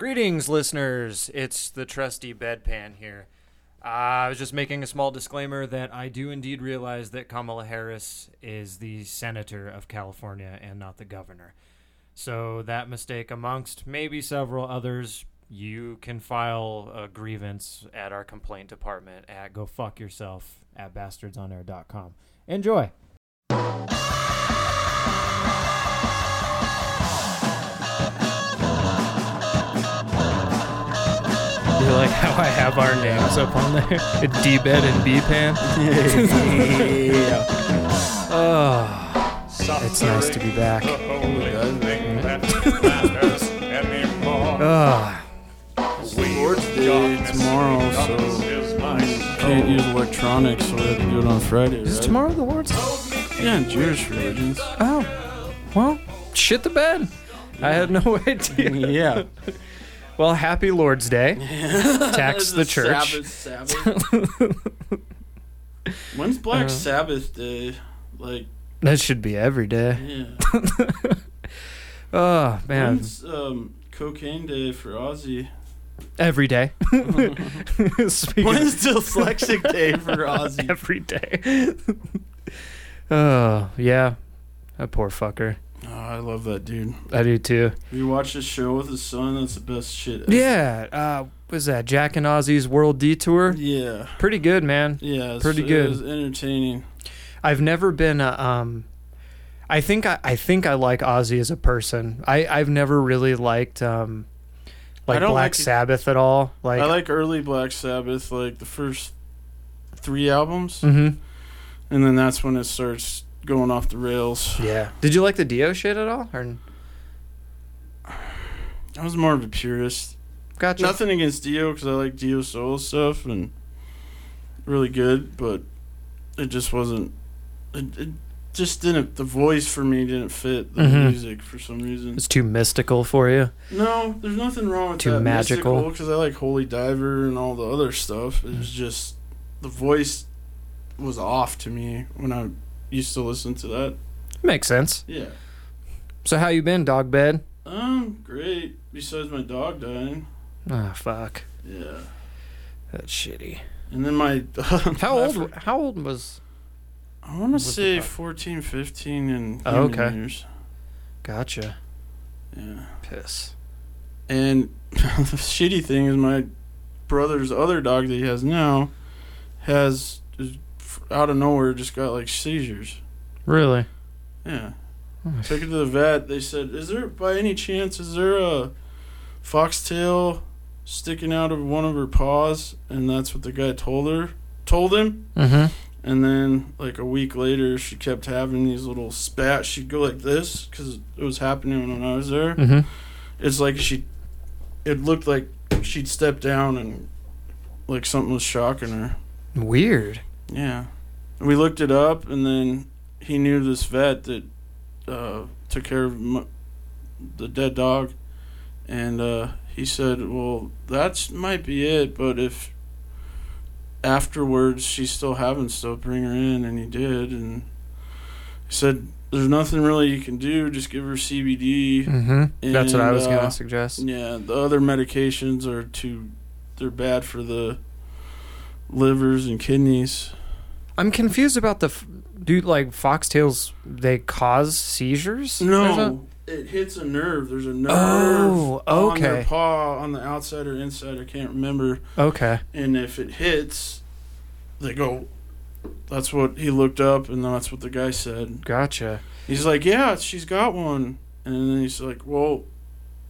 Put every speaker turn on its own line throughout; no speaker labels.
Greetings, listeners. It's the trusty bedpan here. Uh, I was just making a small disclaimer that I do indeed realize that Kamala Harris is the senator of California and not the governor. So, that mistake amongst maybe several others, you can file a grievance at our complaint department at go fuck yourself at bastardsonair.com. Enjoy.
You like how I have our names up on there? D bed and B pan. Oh,
It's nice to be back. Uh,
Oh.
Ugh.
Sports
day tomorrow, so-
can't use electronics, so we have to do it on Friday. Right?
Is tomorrow the Lord's?
Yeah, in Jewish religions.
Oh, well, shit the bed. I had no idea.
yeah.
Well, happy Lord's Day. Tax the church.
Sabbath, Sabbath. When's Black Sabbath Day? Like,
That should be every day.
yeah.
Oh man,
When's um, Cocaine Day for Ozzy?
every day. Speaking of-
When's Dyslexic Day for Ozzy?
every day. oh yeah, that poor fucker.
Oh, I love that dude.
I do too.
We watched a show with his son. That's the best shit. ever.
Yeah. Uh, was that Jack and Ozzy's World Detour?
Yeah.
Pretty good, man.
Yeah. it's-
Pretty
it
good.
was entertaining.
I've never been a um I think I, I think I like Ozzy as a person. I I've never really liked um
I
like
don't
Black
like-
Sabbath at all. Like,
I like early Black Sabbath, like the first three albums,
Mhm.
and then that's when it starts going off the rails.
Yeah. Did you like the Dio shit at all? Or
I was more of a purist.
gotcha.
Nothing against Dio because I like Dio solo stuff and really good, but it just wasn't. It, it just didn't. The voice for me didn't fit the
Mhm.
music for some reason.
It's too mystical for you.
No, there's nothing wrong with
Too
that.
magical.
because I like Holy Diver and all the other stuff. It was just the voice was off to me when I used to listen to that.
Makes sense.
Yeah.
So how you been, dog bed?
Um, great. Besides my dog dying.
Oh fuck.
Yeah.
That's shitty.
And then my
How old how old was
I want to
was the
say
dog?
14, 15 and
Oh,
human
okay.
years.
Gotcha.
Yeah.
Piss.
And the shitty thing is my brother's other dog that he has now has is f- out of nowhere just got like seizures.
Really?
Yeah.
Hmm.
Took it to the vet. They said, "Is there by any chance is there a foxtail sticking out of one of her paws?" And that's what the guy told her. Told him.
Mm-hmm.
And then like a week later, she kept having these little spats. She'd go like this because it was happening when I was there.
Mm-hmm.
It's like she, it looked like she'd step down and like something was shocking her.
Weird.
Yeah. And we looked it up, and then he knew this vet that uh, took care of m- the dead dog. And uh, he said, Well, that's might be it, but if afterwards she's still having stuff, bring her in. And he did. And he said, There's nothing really you can do, just give her CBD.
Mm-hmm. That's what I
And,
was gonna
uh,
suggest.
Yeah, the other medications are too, they're bad for the livers and kidneys.
I'm confused about the f- dude. Like foxtails, they cause seizures. There's a-
No, it hits a nerve. There's a nerve
Oh,
on their
okay.
paw, on the outside or inside. I can't remember.
okay.
And if it hits, they go. That's what he looked up, and that's what the guy said.
Gotcha.
He's like, "Yeah, she's got one," and then he's like, "Well,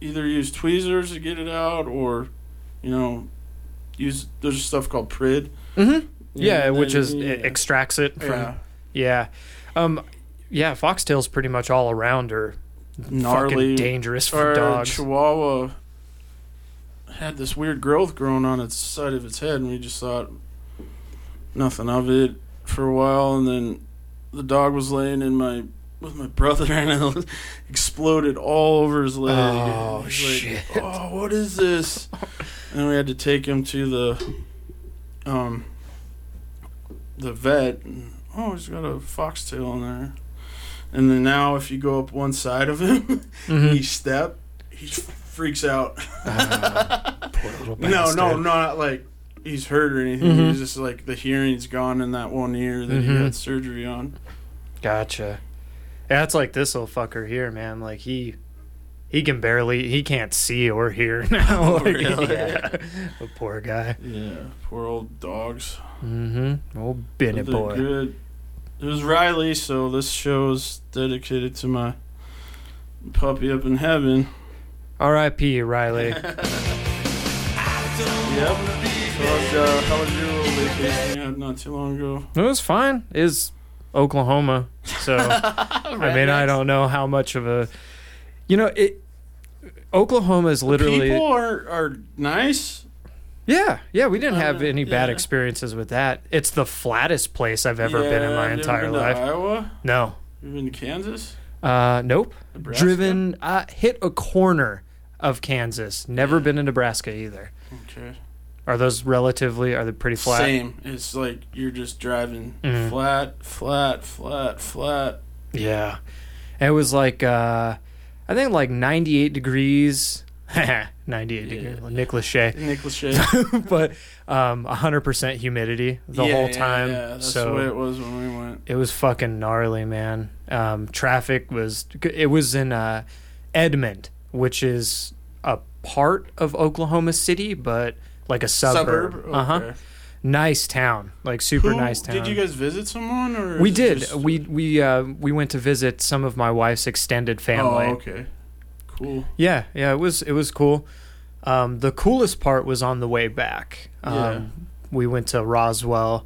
either use tweezers to get it out, or, you know, use there's stuff called prid."
Mm-hmm. Yeah,
And
which
then-
is it extracts it from.
yeah.
Yeah. Um. Yeah. Foxtails pretty much all around are fucking
Gnarly.
dangerous for
our
dogs.
chihuahua had this weird growth growing on its side of its head and we just thought nothing of it for a while and then the dog was laying in my with my brother and it exploded all over his leg.
Oh,
He's like,
shit.
oh, what is this? and we had to take him to the um the vet and, oh, he's got a foxtail in there. And then now if you go up one side of him
Mhm.
each step, he freaks out.
Ah, poor little
No, no,
bastard.
not like he's hurt or anything.
Mhm.
He's just like the hearing's gone in that one ear that
Mhm.
he had surgery on.
Gotcha. Yeah, it's like this little fucker here, man. Like he, he can barely, he can't see or hear now. Like,
Oh, Really?
yeah. A poor guy.
Yeah, poor old dogs.
Mm-hmm. Old
But
Bennett
they're
boy.
Good. It was Riley, so this show's dedicated to my puppy up in heaven.
R.I.P. Riley.
Yep. So that's, uh, how was your little vacation you had not too long ago?
It was fine. Is Oklahoma. So I mean, I don't know how much of a, you know, it. Oklahoma is literally.
People are, are nice.
Yeah, yeah, we didn't
Uh,
have any bad
yeah.
experiences with that. It's the flattest place I've ever been in
Yeah,
my
you ever
entire
been to
life.
Iowa?
No.
You've been to Kansas?
Uh, nope.
Nebraska?
Driven, uh, hit a corner of Kansas. Never been to Nebraska either.
Okay.
Are those relatively, are they pretty flat?
Same. It's like you're just driving
Mm.
flat, flat, flat, flat.
Yeah. It was like, uh, I think like 98 degrees. 98 degrees. Nick Lachey.
Nick Lachey.
but um, 100% humidity the
Yeah,
whole
yeah,
time.
Yeah, that's
so
the way it was when we went.
it was fucking gnarly, man. Um, traffic was it was in uh, Edmond, which is a part of Oklahoma City, but like a suburb. Uh huh.
Okay.
Nice town, like super
Who-
nice town.
Did you guys visit someone or
we
is it
did.
just-
We we uh, we went to visit some of my wife's extended family.
Oh, okay. Cool.
Yeah, yeah, it was it was cool. Um, the coolest part was on the way back. Um,
Yeah.
We went to Roswell,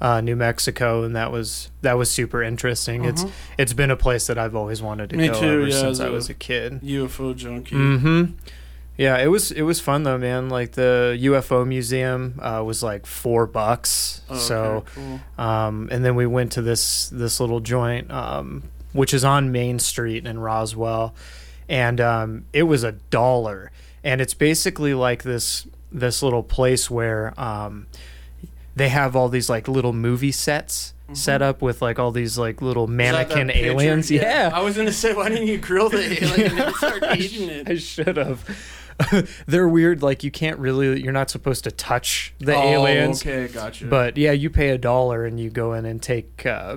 uh, New Mexico, and that was that was super interesting. It's
Uh-huh.
it's been a place that I've always wanted to
Me
go
too,
ever
yeah,
since
so-
I was a kid.
UFO junkie.
Mm-hmm. Yeah, it was it was fun though, man. Like the UFO museum uh, was like four bucks.
Oh, Okay,
So,
cool.
um, and then we went to this this little joint, um, which is on Main Street in Roswell, and um, it was a dollar. And it's basically like this this little place where um, they have all these like little movie sets set up with like all these like little
Is Mm-hmm. that that
mannequin
picture?
aliens. Yeah.
I was gonna say, why didn't you grill the alien and start eating
I
it?
should have. They're weird. Like you can't really. You're not supposed to touch the
oh,
aliens.
Okay, gotcha.
But yeah, you pay a dollar and you go in and take uh,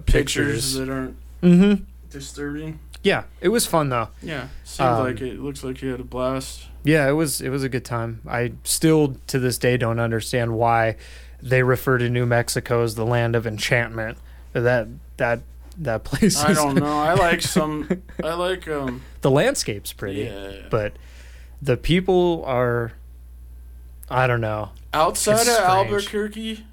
pictures.
pictures that aren't
Mm-hmm.
disturbing.
Yeah, it was fun though.
Yeah, seemed
Um,
like it. Looks like you had a blast.
Yeah, it was. It was a good time. I still to this day don't understand why they refer to New Mexico as the land of enchantment. That that that place.
I
is-
don't know. I like some. I like um.
The landscape's pretty,
Yeah.
but the people are. I don't know.
Outside
It's
of
strange.
Albuquerque,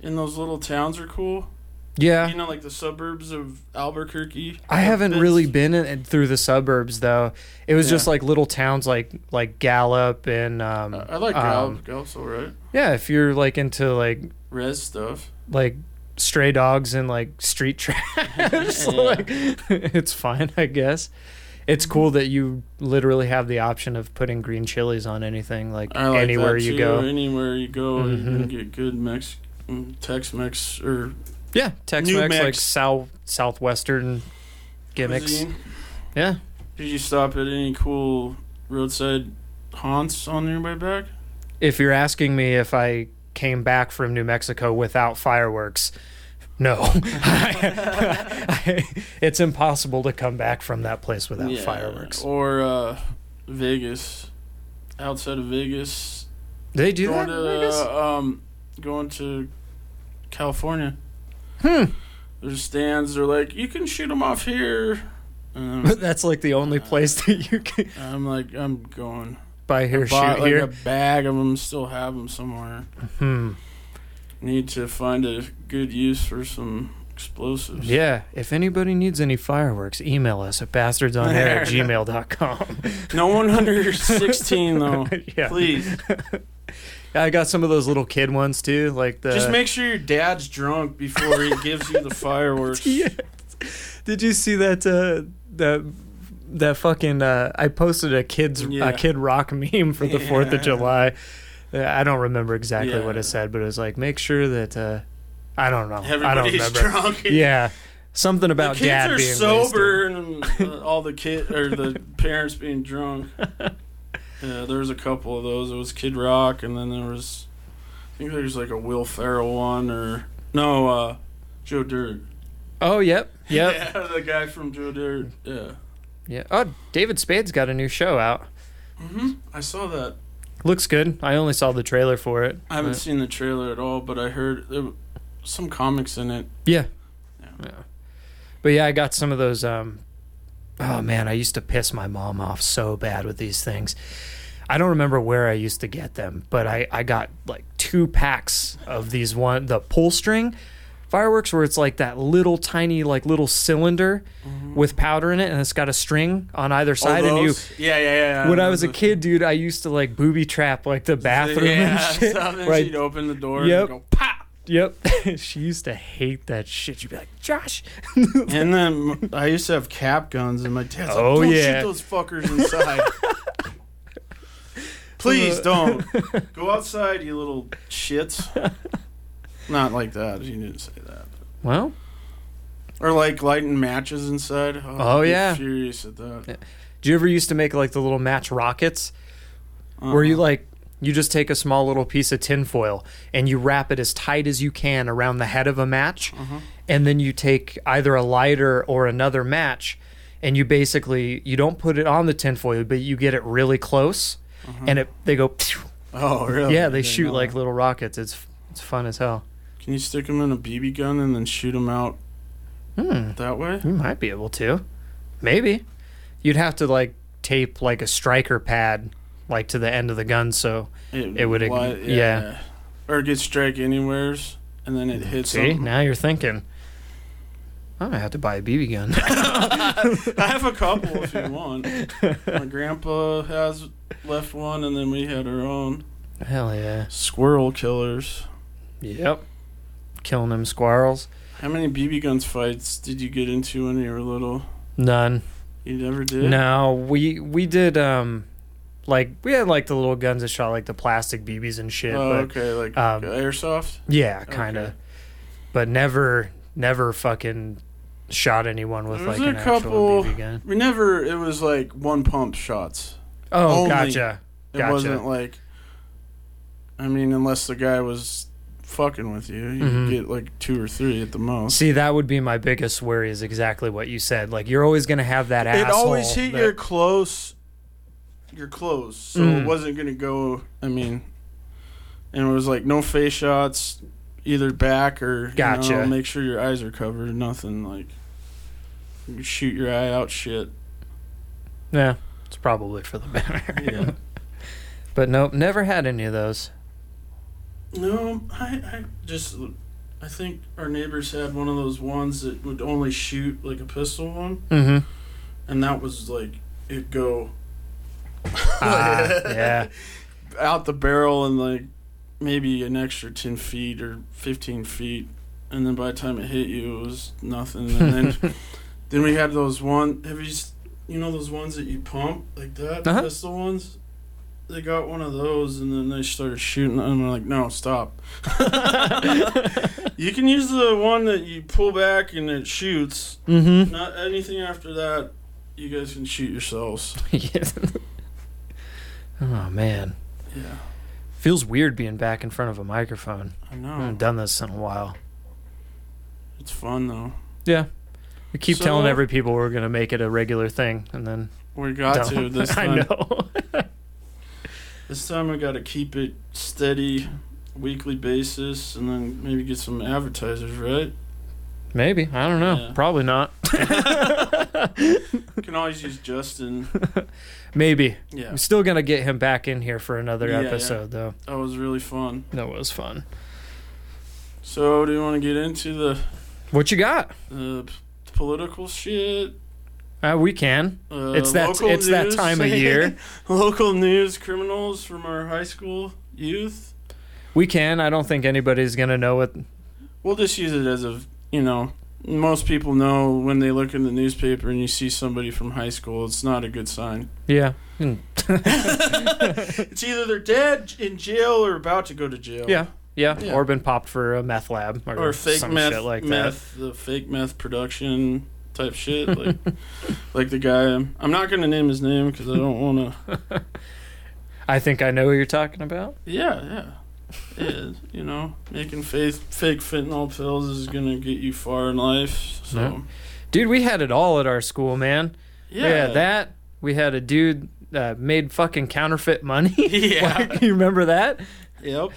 in those little towns are cool.
Yeah.
You know, like the suburbs of Albuquerque.
I haven't
That's-
really been in, in- through the suburbs though. It was just
Yeah.
like little towns like like Gallup and um,
I I like
um,
Gallup. Gallup's all right.
Yeah, if you're like into like
Res stuff.
like stray dogs and like street trash, like it's fine, I guess. It's cool that you literally have the option of putting green chilies on anything, like,
I like
anywhere
that
you
too.
go.
Anywhere you go, you're
Mhm.
gonna get good Mex, mm, Tex-Mex or
Yeah,
New
Tex-Mex, like
Mex.
south southwestern gimmicks.
cuisine.
Yeah,
Did you stop at any cool roadside haunts on your way back?
if you're asking me if I came back from New Mexico without fireworks, no. it's impossible to come back from that place without
Yeah,
fireworks.
Or uh, Vegas, outside of Vegas.
They do
going
that.
to
I guess?
um, going to California.
Hmm.
There's stands. They're like, you can shoot them off here. And
But
I'm-
that's like the only place that you can
I'm like, I'm going.
buy here, shoot
Bought like
here.
a bag of them. Still have them somewhere.
hmm.
Need to find a good use for some explosives.
Yeah. If anybody needs any fireworks, email us at bastardsonair at gmail.com.
No one under 16 though.
yeah.
Please.
I got some of those little kid ones too, like the.
Just make sure your dad's drunk before he gives you the fireworks.
Yeah. Did you see that uh that that fucking uh I posted a kids
Yeah.
a kid rock meme for the 4th of
Yeah.
July. Uh, I don't remember exactly what
Yeah.
it said, but it was like make sure that uh I don't know. I don't
Everybody's
remember.
drunk.
Yeah. Something
The
about
kids
dad
are
being
sober and uh, all the kid or the parents being drunk.
wasted.
Yeah, there was a couple of those. It was Kid Rock, and then there was, I think there's like a Will Ferrell one, or no, uh, Joe Dirt.
Oh, yep, yep,
Yeah, the guy from Joe Dirt. Yeah.
yeah. Oh, David Spade's got a new show out.
hmm I saw that.
Looks good. I only saw the trailer for it.
I haven't
but-
seen the trailer at all, but I heard there were some comics in it.
Yeah.
Yeah.
Yeah. But yeah, I got some of those um Oh man, I used to piss my mom off so bad with these things. I don't remember where I used to get them, but I I got like two packs of these one the pull string fireworks where it's like that little tiny like little cylinder
Mm-hmm.
with powder in it and it's got a string on either side and you
Yeah, yeah, Oh, yeah.
when I was a
remember.
kid, dude, I used to like booby trap like the bathroom
Yeah,
and shit.
so then
where I
she'd open the door
Yep.
and go pop.
Yep. she used to hate that shit. She'd be like, Josh.
And then I used to have cap guns, and my dad's
Oh,
like, "Don't
yeah.
shoot those fuckers inside." Please
Uh,
don't go outside, you little shits. Not like that. He didn't say that.
Well,
Or like lighting matches inside. Oh,
Oh,
I'd be
yeah.
furious at that.
do you ever used to make like the little match rockets where you
Uh-uh.
like you just take a small little piece of tinfoil and you wrap it as tight as you can around the head of a match and then you take either a lighter or another match and you basically you don't put it on the tinfoil but you get it really close and it they go "Phew."
Oh really?
yeah
I
they
didn't
shoot
know
like
that.
little rockets it's it's fun as hell
Can you stick them in a BB gun and then shoot them out
hmm
that way?
You might be able to. Maybe. You'd have to like tape like a striker pad like to the end of the gun so It would ig-
why-
yeah.
Or get strike anywheres and then it hits.
see,
something.
now you're thinking I'm gonna have to buy a BB gun.
I have a couple if you want. My grandpa has left one, and then we had our own
Hell yeah.
squirrel killers.
Yep. Killing them squirrels.
How many BB guns fights did you get into when you were little?
None.
You never did.
No, we we did um like we had like the little guns that shot like the plastic BBs and shit,
Oh,
but
okay, like
um,
airsoft.
yeah, kinda.
Okay.
But never never fucking shot anyone with
There
like
was
an
a
actual
couple-
BB gun.
We never. It was like one pump shots.
Oh,
Only-
gotcha.
It
Gotcha.
wasn't like. I mean, unless the guy was fucking with you, you
Mhm.
could get like two or three at the most.
See, that would be my biggest worry is exactly what you said. Like you're always gonna have that
it
asshole.
always hit
that-
your close your close so
Mm.
it wasn't gonna go i mean and it was like no face shots either back or you
Gotcha.
know, make sure your eyes are covered nothing like you shoot your eye out shit
Yeah. It's probably for the better.
yeah
But nope, never had any of those.
no I, I just i think our neighbors had one of those ones that would only shoot like a pistol one
Mm-hmm.
and that was like it go
Ah, yeah.
out the barrel and like maybe an extra 10 feet or 15 feet and then by the time it hit you it was nothing and then then we had those one have you s- you know those ones that you pump like that
Uh-huh.
pistol ones they got one of those and then they started shooting and i'm like no stop you can use the one that you pull back and it shoots
Mm-hmm.
not anything after that you guys can shoot yourselves
oh man.
yeah
Feels weird being back in front of a microphone.
i
I haven't
know
done this in a while.
it's fun though
Yeah. We keep
So-
telling every people we're gonna make it a regular thing and then
we got to
don't.
this
I
time
know.
This time I gotta keep it steady, weekly basis, and then maybe get some advertisers, right?
Maybe. I don't know.
Yeah.
Probably not.
Can always use Justin.
Maybe.
Yeah,
I'm still gonna get him back in here for another
Yeah, yeah.
episode, though.
that was really fun.
That was fun.
So, do you want to get into the
What you got?
uh, p- political shit?
Uh, we can.
Uh,
It's that-
local
it's that
news?
time of year.
local news, criminals from our high school youth.
We can. I don't think anybody's gonna know what.
We'll just use it as a you know. Most people know when they look in the newspaper and you see somebody from high school, it's not a good sign.
Yeah. Hmm.
It's either they're dead in jail or about to go to jail.
Yeah. Yeah.
Yeah.
Or been popped for a meth lab or,
or fake
some
meth,
shit like
meth, the fake meth production type shit, like like the guy. I'm not gonna name his name because I don't want to
that. I think I know who you're talking about.
Yeah, yeah. It is, you know, making faith, fake fentanyl pills is gonna get you far in life. So
No. Dude, we had it all at our school, man.
yeah,
We had that. We had a dude uh, made fucking counterfeit money.
Yeah.
Like, you remember that?
Yep,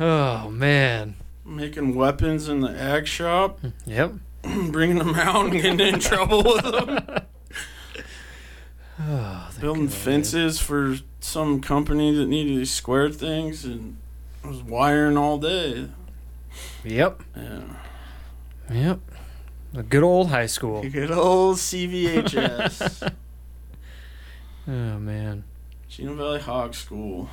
Oh man.
making weapons in the ag shop,
Yep.
bringing them out and getting in trouble with them.
Oh, thank
Building
God, dude.
fences for some company that needed these square things, and I was wiring all day.
Yep.
Yeah,
Yep. A good old high school.
good old CVHS,
Oh man.
Chino Valley Hog School.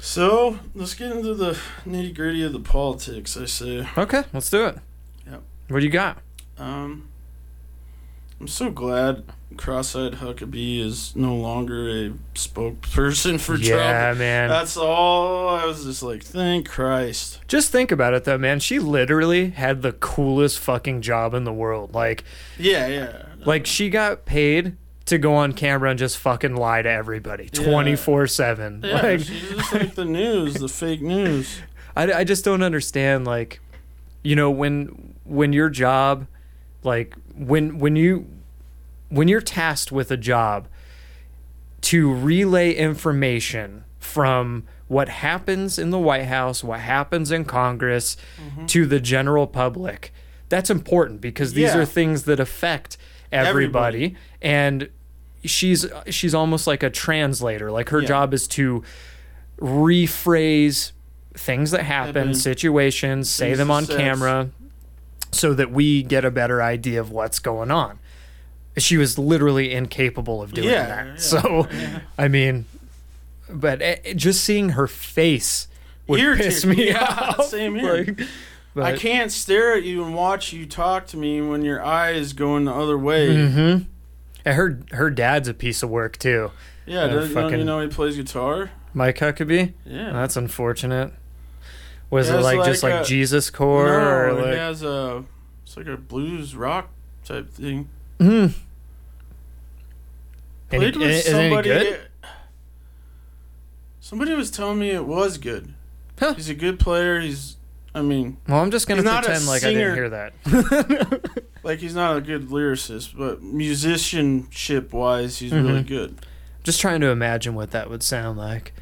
So let's get into the nitty gritty of the politics. I say.
Okay, let's do it.
Yep.
What do you got?
Um, I'm so glad Cross-eyed Huckabee is no longer a spokesperson for
yeah,
Trump. Uh,
man.
That's all. I was just like, thank Christ.
Just think about it though, man. She literally had the coolest fucking job in the world. Like
Yeah, yeah.
like she got paid to go on camera and just fucking lie to everybody
Yeah.
24/7.
yeah,
Like
she's just like the news, the fake news.
I, I just don't understand like you know when when your job like when when you when you're tasked with a job to relay information from what happens in the White House, what happens in Congress
Mm-hmm.
to the general public. That's important because these
Yeah.
are things that affect everybody, and she's she's almost like a translator. Like her
Yeah.
job is to rephrase things that happen,
Happen.
situations, say
Things
them
to
on
sense.
camera so that we get a better idea of what's going on. She was literally incapable of doing
Yeah,
that.
yeah,
so, I mean, but it, it- just seeing her face would
Irritate-
piss me
yeah,
off.
same here.
Like, but,
I can't stare at you and watch you talk to me when your eye is going the other way.
Mhm. And her her dad's a piece of work too, Yeah,
Yeah, does you, know, you
fucking-
know he plays guitar?
Mike Huckabee.
Yeah.
That's unfortunate. Was
Yeah,
it
it's
like, just
like
like
a-
Jesus core? or
no,
like,
he has a it's like a blues rock type thing.
Mhm. Any-
Hmm. Played with
is it any
somebody.
good?
somebody was telling me it was good.
Huh.
He's a good player. He's, I mean,
Well, I'm just gonna
He's not a
pretend like I didn't
singer.
hear that.
like he's not a good lyricist, but musicianship wise, he's really
Mhm.
good.
Just trying to imagine what that would sound like.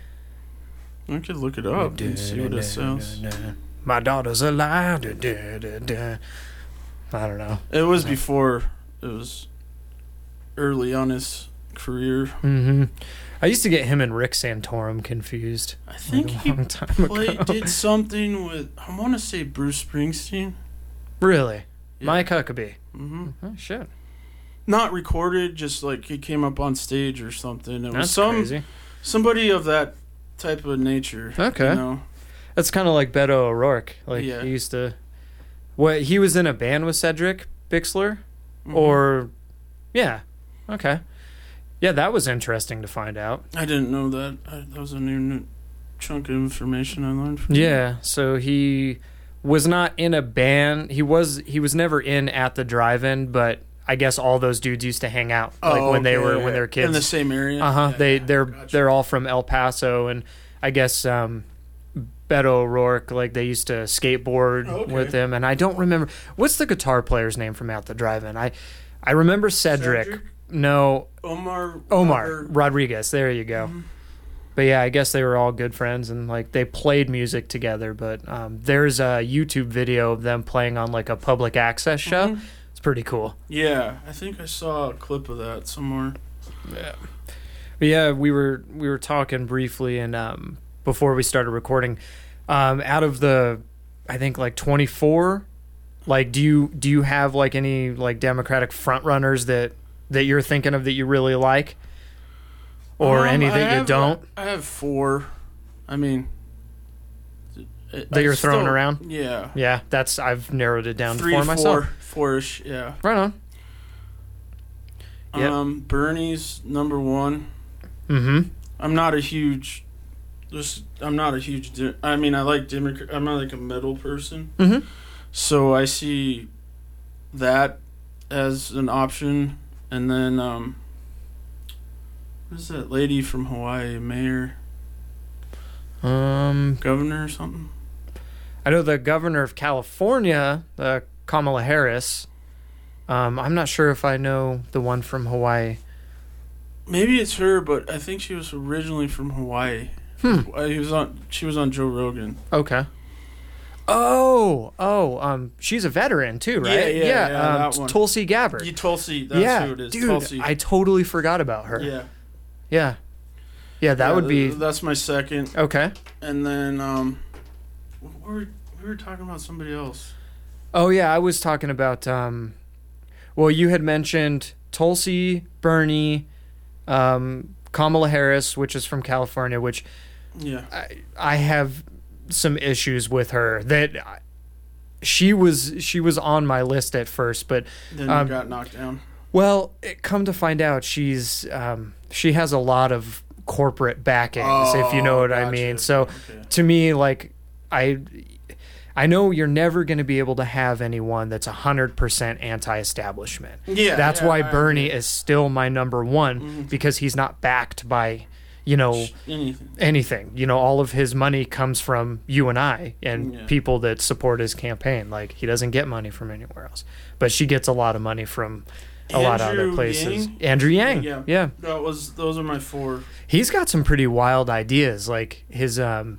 I could look it up and see what it sounds.
My daughter's alive. da, da, da, da. I don't know.
It was before. It was early on his career.
hmm I used to get him and Rick Santorum confused.
I
like,
think
a
he
long time ago.
played, did something with. I want to say Bruce Springsteen.
Really,
Yeah.
Mike Huckabee.
hmm
Oh, shit,
Not recorded, just like he came up on stage or something. It
that's
was some
crazy.
somebody of that type of nature.
Okay.
You know?
That's kind of like Beto O'Rourke. Like
Yeah.
he used to. What he was in a band with Cedric Bixler,
Mhm.
or yeah, okay, yeah, that was interesting to find out.
I didn't know that. I, that was a new, new chunk of information I learned. From
Yeah, so he was not in a band. He was he was never in at the drive-in, but I guess all those dudes used to hang out like when they
Oh, okay.
were when they were
in the
kids.
same area.
Uh huh.
Yeah,
They
yeah,
they're
gotcha.
they're all from El Paso, and I guess um, Beto O'Rourke like they used to skateboard
Oh, Okay.
with him. And I don't remember what's the guitar player's name from At the Drive-In. I I remember Cedric.
Cedric?
No,
Omar.
Omar
Robert- Mm-hmm.
Rodriguez. There you go. But yeah, I guess they were all good friends and like they played music together. But um, there's a YouTube video of them playing on like a public access show.
Mhm.
It's pretty cool.
Yeah, I think I saw a clip of that somewhere.
But yeah, we were we were talking briefly and um, before we started recording, um, out of the I think like 24, like do you do you have like any like Democratic front runners that that you're thinking of that you really like, or
Um,
any
I
that you
have-
don't?
I have four. I mean, that
you're throwing around?
Yeah,
Yeah, that's I've narrowed it down
three,
for myself.
four, four-ish. Yeah.
Right on. Yep.
Um, Bernie's number one.
Mm-hmm.
I'm not a huge. This I'm not a huge. De- I mean, I like Democrat. I'm not like a metal person,
Mm-hmm.
so I see that as an option. And then um, Who's that lady from Hawaii, mayor,
Um,
governor, or something?
I know the governor of California, uh, Kamala Harris. Um, I'm not sure if I know the one from Hawaii.
Maybe it's her, but I think she was originally from Hawaii.
Hmm.
Uh, He was on. She was on Joe Rogan.
Okay. Oh, oh, um, she's a veteran too,
Yeah,
right?
yeah, yeah,
um,
that one.
Tulsi Gabbard.
You Tulsi. That's
yeah,
who it is.
dude,
Tulsi.
I totally forgot about her.
yeah.
yeah, Yeah, that
Yeah,
would be
th- That's my second.
okay.
And then um, we were we were talking about somebody else.
Oh yeah, I was talking about um well you had mentioned Tulsi, Bernie, um Kamala Harris, which is from California, which
Yeah.
I I have some issues with her that I, she was she was on my list at first, but
Then
Um,
you got knocked down.
well, it, come to find out she's um she has a lot of corporate backings, if you know what I
Oh, gotcha.
mean. So
Okay.
to me like i i know you're never going to be able to have anyone that's 100% anti-establishment
Yeah.
that's
yeah,
why
I-
bernie is still my number one
Mhm.
because he's not backed by you know
Anything.
anything you know all of his money comes from you and i and
Yeah.
people that support his campaign like he doesn't get money from anywhere else but she gets a lot of money from a lot of other
Andrew
places
Yang?
andrew yang
Yeah.
yeah
That was. Those are my four.
he's got some pretty wild ideas like his um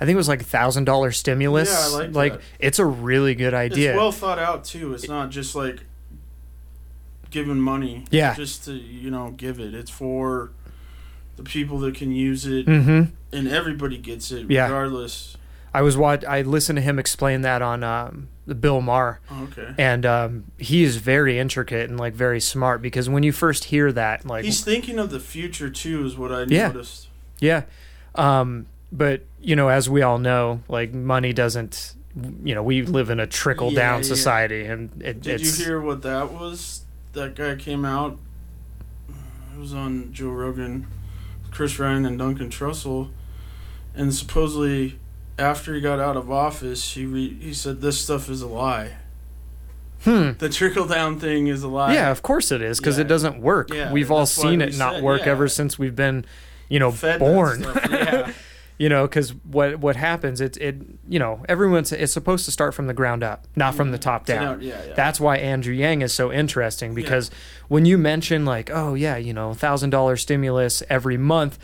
i think it was like a thousand dollar stimulus
Yeah, I liked that.
it's a really good idea
It's well thought out too. It's not just like giving money.
Yeah.
Just to you know give it. It's for the people that can use it,
mm-hmm
and everybody gets it
Yeah.
regardless.
i was watch i listened to him explain that on um the bill maher
Oh, okay.
and um he is very intricate and like very smart because when you first hear that like
He's thinking of the future too, is what I
Yeah.
noticed.
yeah um but you know as we all know like money doesn't you know we live in a trickle
Yeah,
down
yeah.
society and it,
Did
it's
you hear what that was? That guy came out. It was on Joe Rogan, Chris Ryan, and Duncan Trussell, and supposedly after he got out of office, he re- he said this stuff is a lie.
hmm
The trickle down thing is a lie.
Yeah, of course it is because
Yeah.
it doesn't work.
Yeah,
we've all
that's why
seen
we
it not
said-
work
yeah.
ever since we've been, you know,
Fed that
born.
stuff, Yeah.
You know, because what what happens? It it you know everyone's it's supposed to start from the ground up, not from the top
So
down.
now- yeah, yeah.
That's why Andrew Yang is so interesting because when you mention like, oh yeah, you know, thousand dollar stimulus every month,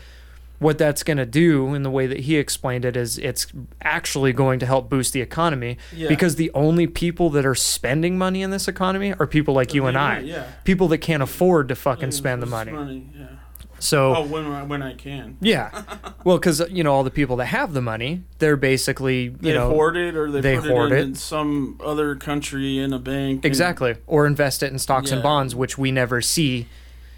what that's going to do, in the way that he explained it, is it's actually going to help boost the economy
Yeah.
because the only people that are spending money in this economy are people like you and I,
Yeah.
people that can't afford to fucking
Yeah,
spend the
it's
money.
yeah.
So
Oh, when I, when I can.
yeah, well, because you know all the people that have the money, they're basically you
They
know
hoard it, or they,
they
put
hoard
it
it.
in, some other country in a bank. and-
Exactly. Or invest it in stocks and
Mm. Yeah.
bonds, which we never see.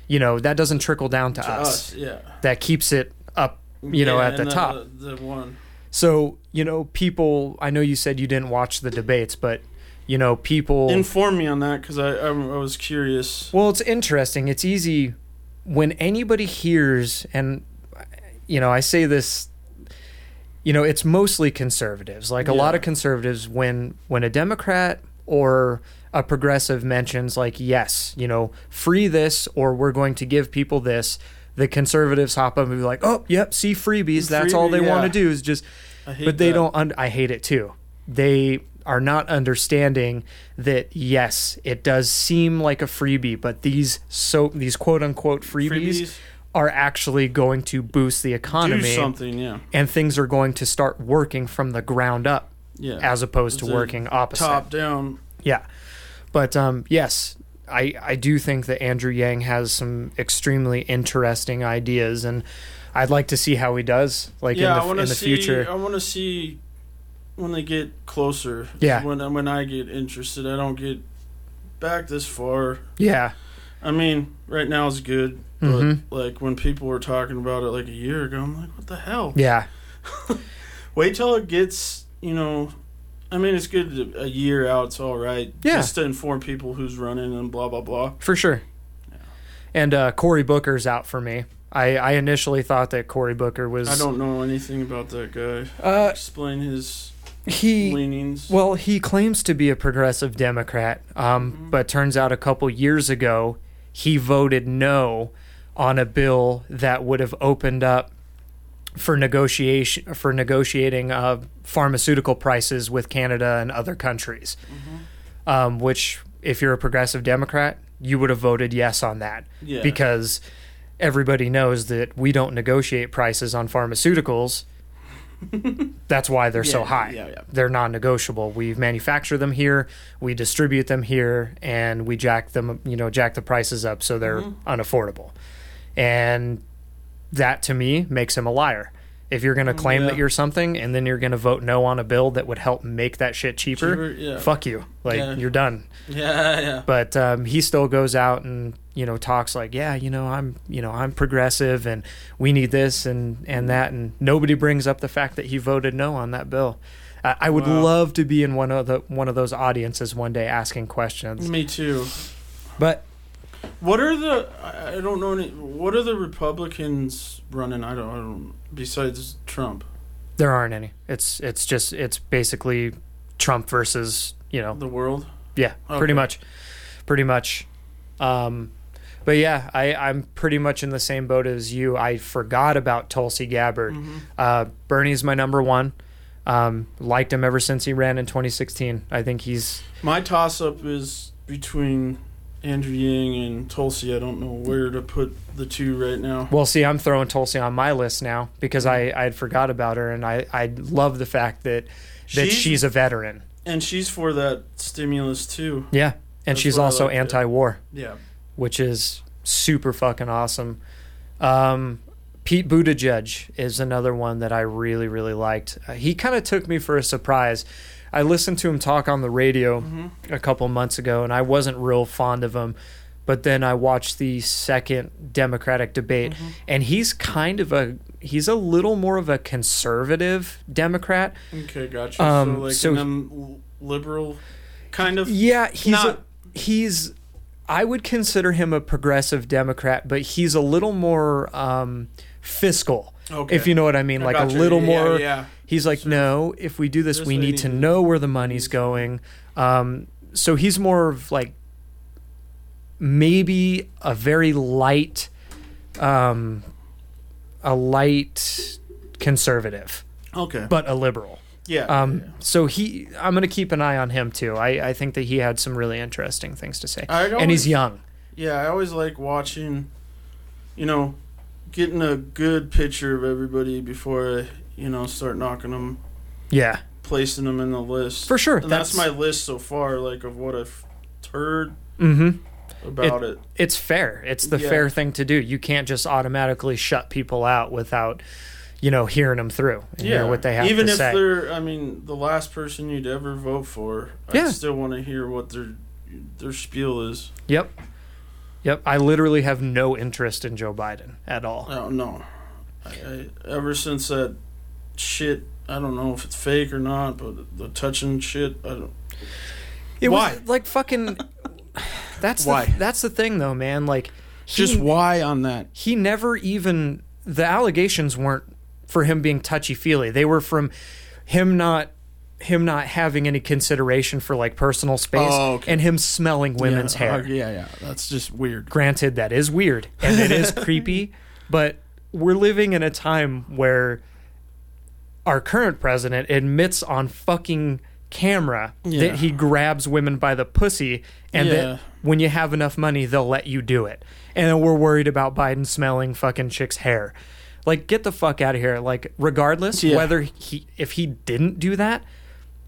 You know, that doesn't trickle down to,
to
us.
us, yeah.
That keeps it up, you know,
Yeah,
at the
and
top.
The, the one.
So, you know, people, I know you said you didn't watch the debates, but, you know, people.
Inform me on that because I, I I was curious.
well, it's interesting. It's easy when anybody hears, and, you know, I say this. You know, it's mostly conservatives. Like a lot
Yeah.
of conservatives, when when a Democrat or a progressive mentions like yes you know free this or we're going to give people this the conservatives hop up and be like oh yep see freebies that's all they
Freebie,
want
yeah.
to do is just
I hate
but they
that.
don't un- i hate it too they are not understanding that yes it does seem like a freebie but these so these quote unquote freebies,
Freebies.
are actually going to boost the
do
economy
something. Yeah,
and things are going to start working from the ground up
yeah.
as opposed to
It's a
working opposite
top down.
yeah. But um, yes, I, I do think that Andrew Yang has some extremely interesting ideas, and I'd like to see how he does, like
yeah, I
in
want
the,
to
in the
see. uh,
future.
I want to see when they get closer.
Yeah.
When when I get interested, I don't get back this far.
Yeah.
I mean, right now is good, but
Mhm.
like when people were talking about it like a year ago, I'm like, what the hell?
Yeah.
Wait till it gets, you know. I mean, it's good to- a year out. It's all right.
Yeah.
Just to inform people who's running and blah blah blah.
For sure. And uh, Cory Booker's out for me. I, I initially thought that Cory Booker was.
I don't know anything about that guy.
Uh,
Explain his
he.
leanings.
Well, he claims to be a progressive Democrat, um, but turns out a couple years ago he voted no on a bill that would have opened up for negotiation for negotiating uh, pharmaceutical prices with Canada and other countries. Um, which, if you're a progressive Democrat, you would have voted yes on that
Yeah.
because everybody knows that we don't negotiate prices on pharmaceuticals. That's why they're so
Yeah,
high.
yeah, yeah.
They're non-negotiable. We manufacture them here, we distribute them here, and we jack them, you know, jack the prices up so they're
Mm-hmm.
unaffordable. And that to me makes him a liar. If you're going to claim
Mm, yeah.
that you're something and then you're going to vote no on a bill that would help make that shit cheaper,
Cheaper, yeah.
fuck you. Like
Yeah.
you're done
yeah, yeah.
but um, he still goes out and you know talks like yeah you know i'm you know i'm progressive and we need this and and that and nobody brings up the fact that he voted no on that bill i, I would
Wow.
love to be in one of the one of those audiences one day asking questions
Me too.
but
What are the? I I don't know any. What are the Republicans running? I don't. I don't besides Trump,
there aren't any it's it's just it's basically trump versus you know
the world.
Yeah,
Okay.
pretty much, pretty much. Um, but yeah, I, I'm pretty much in the same boat as you. I forgot about Tulsi Gabbard. Uh, Bernie's my number one. Um, liked him ever since he ran in 2016. I think he's
My toss up is between Andrew Yang and Tulsi. I don't know where to put the two right now.
well. See, I'm throwing Tulsi on my list now because I I had forgot about her, and I I love the fact that that
She's-
she's, a veteran.
And she's for that stimulus too.
Yeah, and
That's
she's
what I
also
liked it.
anti-war.
Yeah.
which is super fucking awesome. Um, Pete Buttigieg is another one that I really, really liked. Uh, he kind of took me for a surprise. I listened to him talk on the radio a couple months ago, and I wasn't real fond of him. But then I watched the second Democratic debate, and he's kind of a he's a little more of a conservative Democrat.
Okay, gotcha.
Um,
so like
so-
an um, liberal kind of.
Yeah, he's
Not-
a, he's I would consider him a progressive Democrat, but he's a little more um, fiscal,
Okay.
if you know what I mean.
I
like a
gotcha.
little
Yeah,
more.
yeah.
He's like, no, if we do this,
This
we
we
need
need
to
to-
know where the money's going. Um, so he's more of like maybe a very light, um, a light conservative,
Okay.
but a liberal.
yeah.
Um,
yeah.
So he, I'm going to keep an eye on him too. I, I think that he had some really interesting things to say,
I
and
always-
he's young.
Yeah, I always like watching, you know, getting a good picture of everybody before I, you know, start knocking them,
Yeah,
placing them in the list.
for sure.
and that's, my list so far, like of what I've heard
hmm
about it.
It's fair. It's the
Yeah.
fair thing to do. You can't just automatically shut people out without, you know, hearing them through and hearing what they have
even
to
if
say.
they're, I mean, the last person you'd ever vote for. I
Yeah.
still want to hear what their their spiel is.
Yep, yep. I literally have no interest in Joe Biden at all.
I don't know. I, I, ever since that shit, I don't know if it's fake or not, but the touching shit, I don't.
It
Why?
was like fucking. That's
Why?
The, that's the thing though, man. Like, he-
Just why on that?
he never even the allegations weren't for him being touchy feely. They were from him not him not having any consideration for like personal space
Oh, okay.
and him smelling women's
yeah,
hair.
uh, yeah, yeah. That's just weird.
Granted, that is weird and it is creepy, but we're living in a time where our current president admits on fucking camera
Yeah.
that he grabs women by the pussy and
Yeah.
that when you have enough money they'll let you do it. And then we're worried about Biden smelling fucking chicks hair. Like get the fuck out of here. Like regardless
Yeah.
whether he if he didn't do that,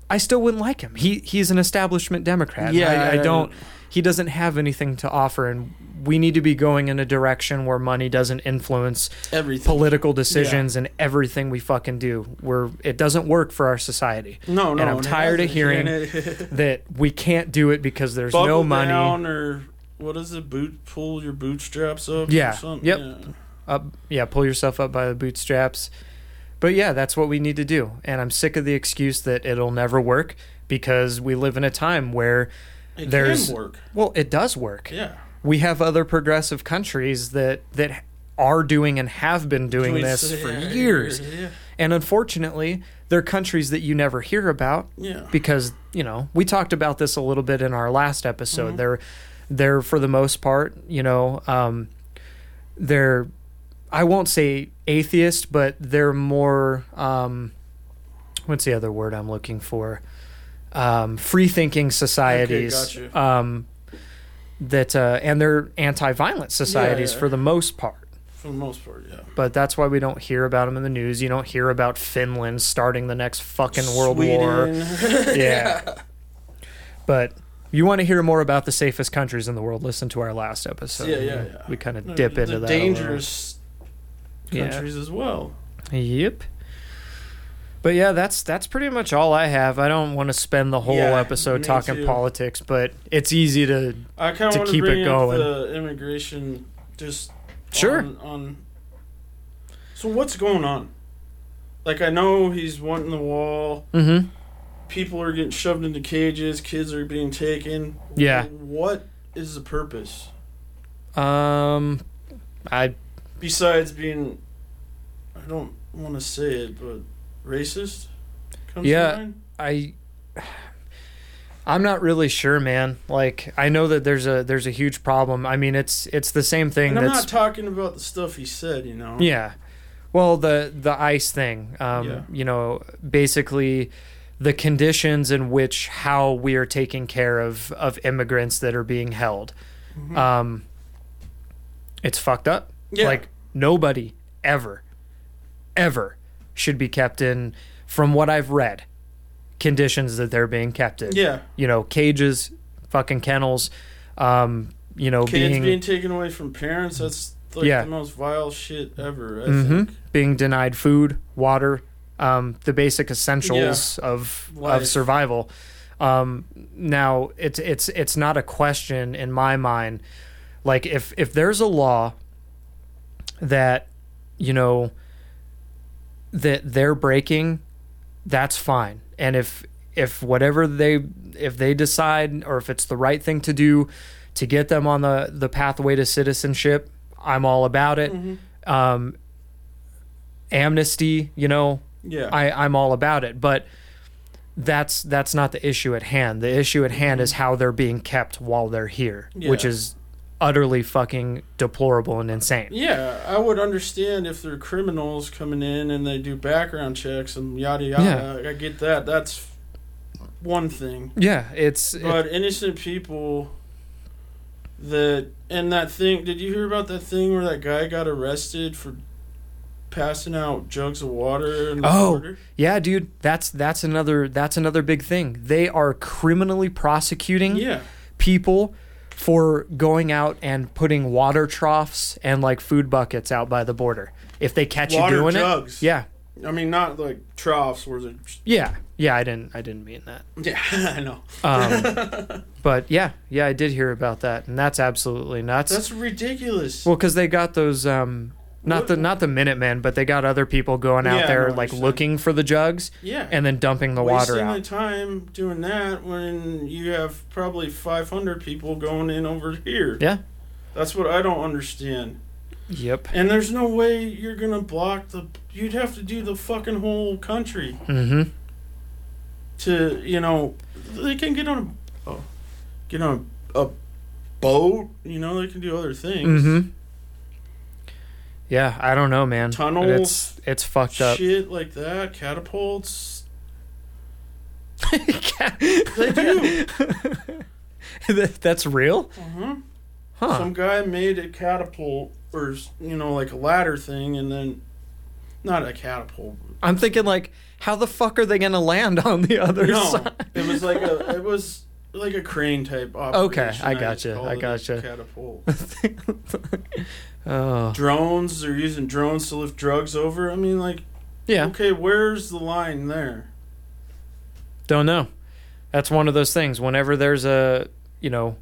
I still wouldn't like him. He he's an establishment Democrat.
Yeah,
I, I
yeah,
don't. He doesn't have anything to offer, and we need to be going in a direction where money doesn't influence
Everything.
political decisions and everything we fucking do. We're it doesn't work for our society.
No, no.
and I'm tired of hearing that we can't do it because there's
Buckle
no money.
down or what is it? Boot pull your bootstraps up. Or
Yeah,
something?
yep.
Yeah.
Up, yeah, pull yourself up by the bootstraps. But yeah, that's what we need to do. And I'm sick of the excuse that it'll never work because we live in a time where
It
There's-
can work.
well, it does work.
Yeah.
we have other progressive countries that that are doing and have been doing
Doing
this
so-
for
yeah,
years.
Yeah.
And unfortunately, they're countries that you never hear about
yeah.
because, you know, we talked about this a little
Mm-hmm.
bit in our last episode. They're they're for the most part, you know, um, they're I won't say atheist, but they're more um, what's the other word I'm looking for? Um, free thinking societies.
gotcha.
Um, that uh, and they're anti-violent societies
yeah.
for the most part.
for the most part, yeah.
But that's why we don't hear about them in the news. You don't hear about Finland starting the next fucking world war.
Sweden.
Yeah. But you want to hear more about the safest countries in the world? Listen to our last episode.
Yeah, yeah, yeah.
We kind of dip
the,
into
the
that. a little.
dangerous
Yeah.
countries as well.
Yep. But yeah, that's that's pretty much all I have. I don't want to spend the whole
Yeah,
episode
me
talking
too.
politics, but it's easy to
I kind
To
of want
keep
to
it
bring up
going.
the immigration just
Sure.
on, on. So what's going on? Like I know he's wanting the wall.
Mhm.
People are getting shoved into cages. Kids are being taken.
Yeah.
What is the purpose
Um I
besides being? I don't want to say it, but racist. Comes
Yeah.
To mind?
I I'm not really sure, man. Like I know that there's a there's a huge problem. I mean, it's it's the same thing
And I'm
that's
not talking about the stuff he said. You know.
Yeah. Well, the the ice thing. Um,
Yeah.
You know, basically the conditions in which how we are taking care of of immigrants that are being held. Um, it's fucked up.
Mm-hmm. Yeah.
Like nobody ever, ever should be kept in. From what I've read, conditions that they're being kept in.
Yeah.
You know, cages, fucking kennels. Um, you know,
Kids being,
being
taken away from parents, that's like
Yeah.
the most vile shit ever, I
Mhm.
think.
being denied food, water, um, the basic essentials of
Life.
of survival. Um, now it's it's it's not a question in my mind. Like if if there's a law that you know that they're breaking, that's fine. And if if whatever they if they decide or if it's the right thing to do to get them on the the pathway to citizenship, I'm all about it. Um, amnesty, you know,
Yeah.
I, I'm all about it. But that's that's not the issue at hand. The issue at hand is how they're being kept while they're here, which
Mm-hmm. Yeah.
is utterly fucking deplorable and insane.
yeah, I would understand if they're criminals coming in and they do background checks and yada yada. I get that. That's one thing.
Yeah, it's it-
But innocent people that and that thing did you hear about that thing where that guy got arrested for passing out jugs of water in the
Oh.
border?
yeah, dude. That's that's another that's another big thing. They are criminally prosecuting
Yeah.
people for going out and putting water troughs and like food buckets out by the border if they catch
Water
you doing
jugs.
it. Yeah,
I mean not like troughs where they're
yeah, yeah. I didn't I didn't mean that.
Yeah, I know.
Um, but yeah, yeah, I did hear about that, and that's absolutely nuts.
That's ridiculous.
well, because they got those, um, not the not the Minutemen, but they got other people going out
Yeah, I know
there
what
like
you're saying.
looking for the jugs
yeah.
and then dumping the
wasting
water out.
the time doing that when you have probably 500 people going in over here.
yeah.
That's what I don't understand.
Yep.
And there's no way you're going to block the you'd have to do the fucking whole country
Mm-hmm.
to, you know, they can get on a oh, get on a, a boat, you know, they can do other things.
Mm-hmm. Yeah, I don't know, man.
Tunnels.
It's it's fucked up.
Shit like that, catapults.
they
do.
that's real,
Uh-huh.
huh?
Some guy made a catapult or you know like a ladder thing, and then not a catapult.
I'm thinking like, how the fuck are they gonna land on the other
No,
side?
it was like a it was like a crane type
Okay,
operation.
I
just
gotcha,
called
I
it a
gotcha.
Catapult.
oh,
drones. They're using drones to lift drugs over. I mean, like,
yeah.
okay, where's the line there?
Don't know. That's one of those things. Whenever there's a, you know,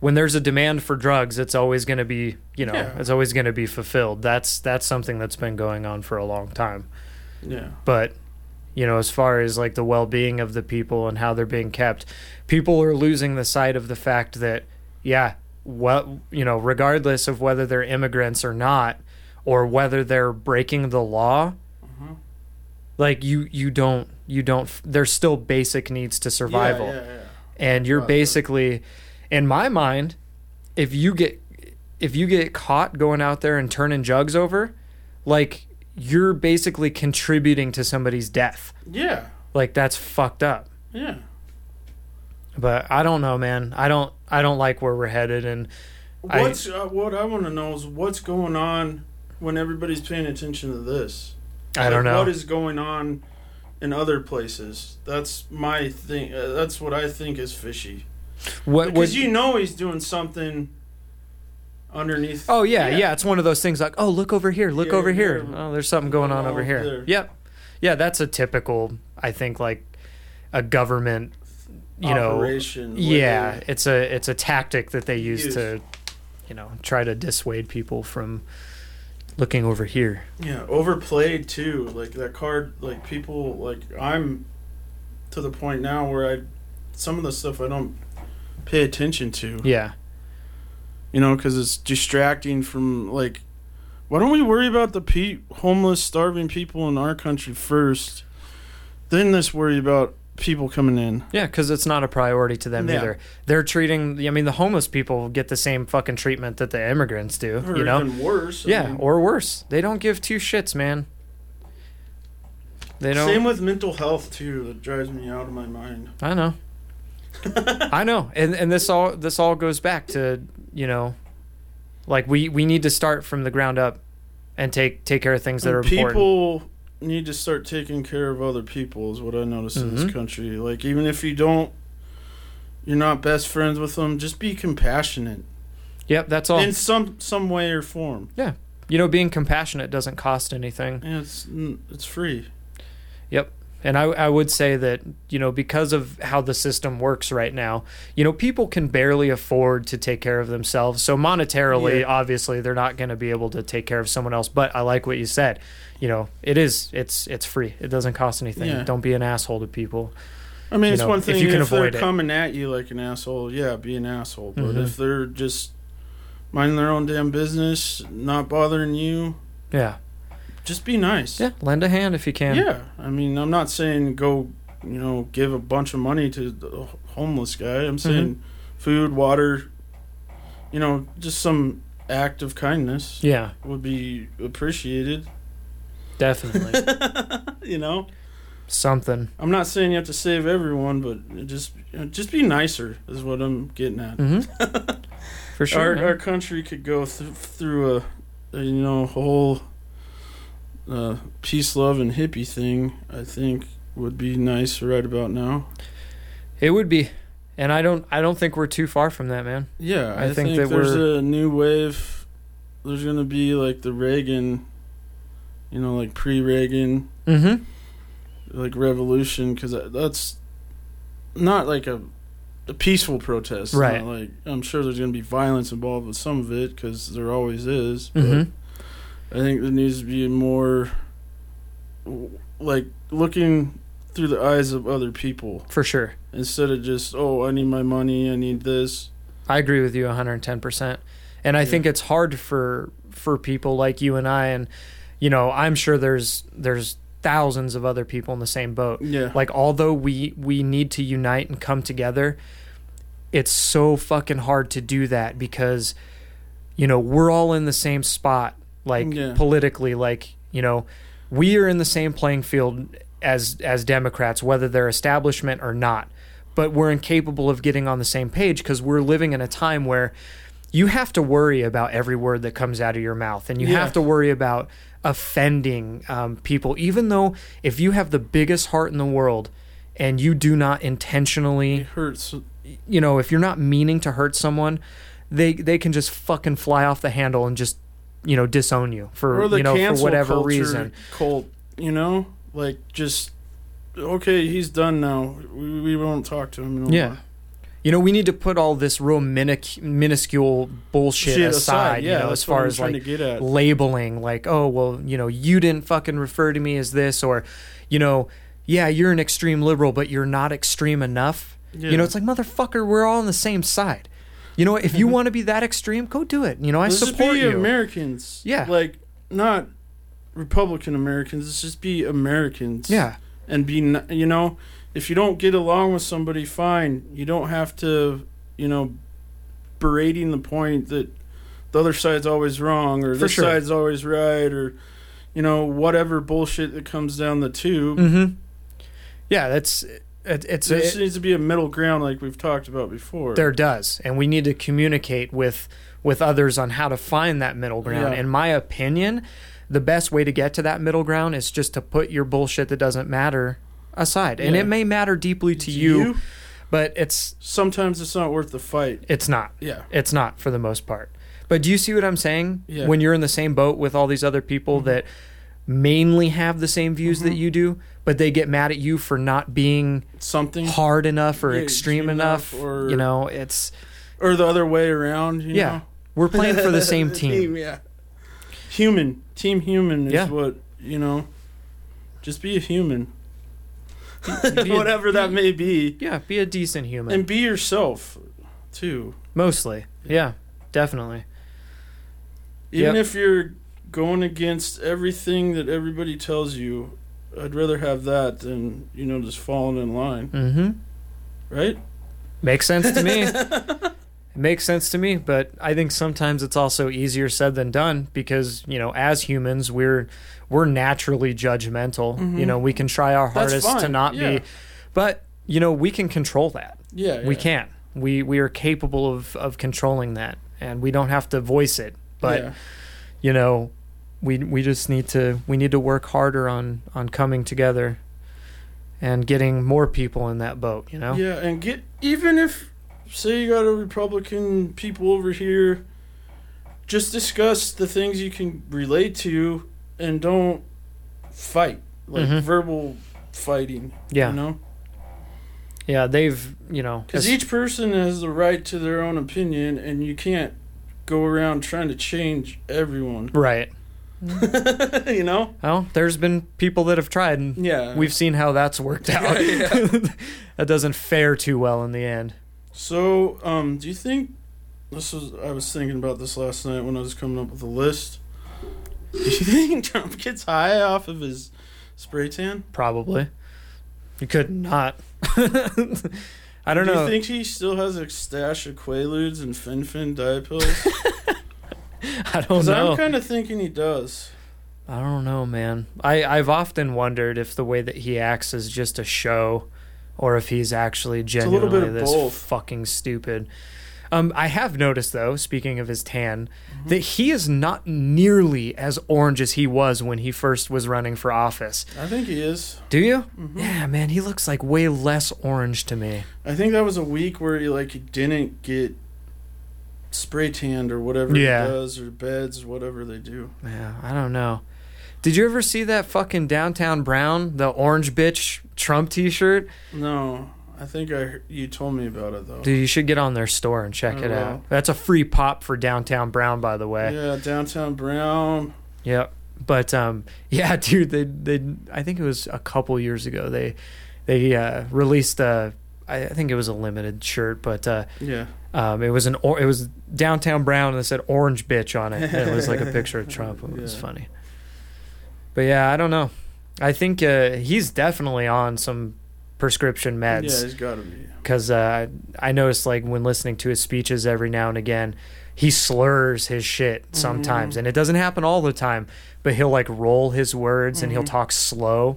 when there's a demand for drugs, it's always going to be, you know,
Yeah.
it's always going to be fulfilled. That's that's something that's been going on for a long time.
Yeah,
But, you know, as far as like the well-being of the people and how they're being kept, people are losing the sight of the fact that yeah, well, you know, regardless of whether they're immigrants or not or whether they're breaking the law,
uh-huh.
like you you don't you don't there's still basic needs to survival
Yeah, yeah, yeah.
and you're
Right, right.
basically in my mind if you get if you get caught going out there and turning jugs over, like you're basically contributing to somebody's death.
Yeah.
Like that's fucked up.
Yeah.
But I don't know, man. I don't I don't like where we're headed and I-
What's uh, what I want to know is what's going on when everybody's paying attention to this.
I don't
Like,
know.
what is going on in other places. That's my thing. Uh, that's what I think is fishy.
what
Because
would
you know he's doing something underneath.
Oh yeah, yeah, It's one of those things like, oh, look over here, look
Yeah,
over here.
yeah.
Oh, there's something going on
Oh,
over here.
there.
Yep. Yeah, that's a typical. I think like a government. You know.
Operation with
Yeah,
it.
it's a it's a tactic that they use
Use.
to, you know, try to dissuade people from looking over here.
Yeah, overplayed too. Like that card. Like people. Like I'm to the point now where I some of the stuff I don't pay attention to.
Yeah.
you know, because it's distracting from like. Why don't we worry about the pe- homeless, starving people in our country first? Then let's worry about people coming in.
Yeah, because it's not a priority to them
Yeah.
either. They're treating. I mean, the homeless people get the same fucking treatment that the immigrants do.
Or
you know.
even worse. I
Yeah,
mean,
or worse. They don't give two shits, man. They don't.
same with mental health too. That drives me out of my mind.
I know. I know. And and this all this all goes back to, you know, like we we need to start from the ground up and take take care of things that
And
are important.
people need to start taking care of other people. Is what I notice in
Mhm.
this country. Like even if you don't, you're not best friends with them. Just be compassionate
Yep, that's all.
in some some way or form.
you know, being compassionate doesn't cost anything.
And it's it's free.
And I I would say that, you know, because of how the system works right now, you know, people can barely afford to take care of themselves. So monetarily,
Yeah.
obviously, they're not going to be able to take care of someone else, but I like what you said. You know, it is it's it's free. It doesn't cost anything.
Yeah.
Don't be an asshole to people.
I mean,
you
it's
know,
one
if
thing if,
you can avoid it.
they're coming at you like an asshole, yeah, be an asshole. But
Mhm.
if they're just minding their own damn business, not bothering you,
Yeah.
just be nice.
Yeah, lend a hand if you can.
Yeah. I mean, I'm not saying go, you know, give a bunch of money to the homeless guy.
Mm-hmm.
I'm saying food, water, you know, just some act of kindness
Yeah,
would be appreciated.
definitely.
You know,
Something.
I'm not saying you have to save everyone, but just just be nicer is what I'm getting at.
hmm For sure.
our,
man.
our country could go th- through a, a you know whole uh, peace love and hippie thing i think would be nice right about now
it would be and I don't I don't think we're too far from that, man.
yeah
I
i,
think
think,
that
there's a new wave there's gonna be like the reagan you know like pre-reagan
Mhm.
like revolution because that's not like a, a peaceful protest
Right.
Not like i'm sure there's gonna be violence involved with some of it because there always is but
Mhm.
I think there needs to be more w- like looking through the eyes of other people
For sure.
instead of just oh I need my money I need this
I agree with you 110%. And I
Yeah.
think it's hard for for people like you and I and you know, I'm sure there's there's thousands of other people in the same boat.
yeah
Like although we we need to unite and come together, it's so fucking hard to do that because you know, we're all in the same spot like
Yeah.
politically like, you know, we are in the same playing field as as Democrats whether they're establishment or not. But we're incapable of getting on the same page cuz we're living in a time where you have to worry about every word that comes out of your mouth and you
Yeah.
have to worry about offending um, people even though if you have the biggest heart in the world and you do not intentionally
it hurts
you know if you're not meaning to hurt someone they they can just fucking fly off the handle and just you know disown you for
or the
you know for
cancel
whatever
culture
reason
cult you know like just okay he's done now we, we won't talk to him no
Yeah.
more.
you know we need to put all this real minic- minuscule bullshit
Shit
aside,
yeah,
you know
that's
as
what
far
I'm
as
trying
like
to get at.
labeling like oh well you know you didn't fucking refer to me as this or you know yeah you're an extreme liberal but you're not extreme enough
yeah.
you know it's like motherfucker we're all on the same side you know what, if you want to be that extreme go do it you know i
Let's just
support
be
you
Americans
Yeah.
like not Republican Americans let's just be Americans
yeah
and be n- you know if you don't get along with somebody fine you don't have to you know berating the point that the other side's always wrong or
For
this
sure.
side's always right or you know whatever bullshit that comes down the tube.
Mm-hmm. Yeah, that's it, it's
There just
it,
needs to be a middle ground like we've talked about before.
there does, and we need to communicate with with others on how to find that middle ground.
Yeah.
In my opinion, the best way to get to that middle ground is just to put your bullshit that doesn't matter aside, and
Yeah.
it may matter deeply to
Do
you, but it's
sometimes it's not worth the fight.
it's not.
Yeah.
It's not for the most part. But do you see what I'm saying?
Yeah. Mm-hmm.
When you're in the same boat with all these other people that mainly have the same views that you do, but they get mad at you for not being
Something
hard enough or
Yeah,
extreme
extreme
enough,
enough or-
you know, it's
or the other way around, you
Yeah.
know.
we're playing for the same team.
yeah. Human. Team human is
Yeah.
what, you know. Just be a human.
Be a-
Whatever that may be.
Yeah, be a decent human.
And be yourself too.
Mostly. Yeah, definitely.
Even
Yep.
if you're going against everything that everybody tells you, I'd rather have that than, you know, just falling in line,
Mhm.
right?
Makes sense to me. Makes sense to me, but I think sometimes it's also easier said than done because, you know, as humans, we're we're naturally judgmental. You
Mhm.
know, we can try our
That's
hardest to
fine,
not
yeah.
be but, you know, we can control that.
Yeah.
We
yeah.
can. We we are capable of of controlling that and we don't have to voice it. But
Yeah.
you know, we we just need to we need to work harder on on coming together and getting more people in that boat, you know?
Yeah, and get even if say you got a Republican people over here, just discuss the things you can relate to and don't fight like
Mhm.
verbal fighting.
Yeah.
you know,
Yeah, they've, you know,
because each person has the right to their own opinion, and you can't go around trying to change everyone.
right.
you know?
Well, there's been people that have tried and
Yeah.
we've seen how that's worked out. that doesn't fare too well in the end.
So, um, do you think this was? I was thinking about this last night when I was coming up with a list. Do you think Trump gets high off of his spray tan?
Probably. You could not. I don't
do
know.
you think he still has a stash of Quaaludes and Finfin diet pills?
I don't
Because
know.
I'm kind of thinking he does.
I don't know, man. I, I've often wondered if the way that he acts is just a show or if he's actually
a little
genuinely
bit of
this
both.
fucking stupid. Um, I have noticed, though, speaking of his tan,
Mm-hmm.
that he is not nearly as orange as he was when he first was running for office.
I think he is.
Do you?
Mm-hmm.
Yeah, man. He looks like way less orange to me.
I think that was a week where he like he didn't get spray tanned or whatever
Yeah.
he does or beds whatever they do.
Yeah, I don't know. Did you ever see that fucking downtown Brown, the orange bitch Trump t shirt?
No, I think I heard- you told me about it though.
Dude, you should get on their store and check
I
it
will.
out. That's a free pop for downtown Brown, by the way.
Yeah, downtown Brown.
Yep. But um, yeah, dude, they they I think it was a couple years ago they they uh, released a I I think it was a limited shirt, but uh,
Yeah.
um, it was an or, it was downtown Brown and it said orange bitch on it. And it was like a picture of Trump. It was
Yeah.
funny. But yeah, I don't know. I think uh, he's definitely on some prescription meds.
Yeah, he's got to be.
because uh, I noticed like when listening to his speeches every now and again, he slurs his shit
Mm-hmm.
sometimes, and it doesn't happen all the time. But he'll like roll his words and
Mm-hmm.
he'll talk slow.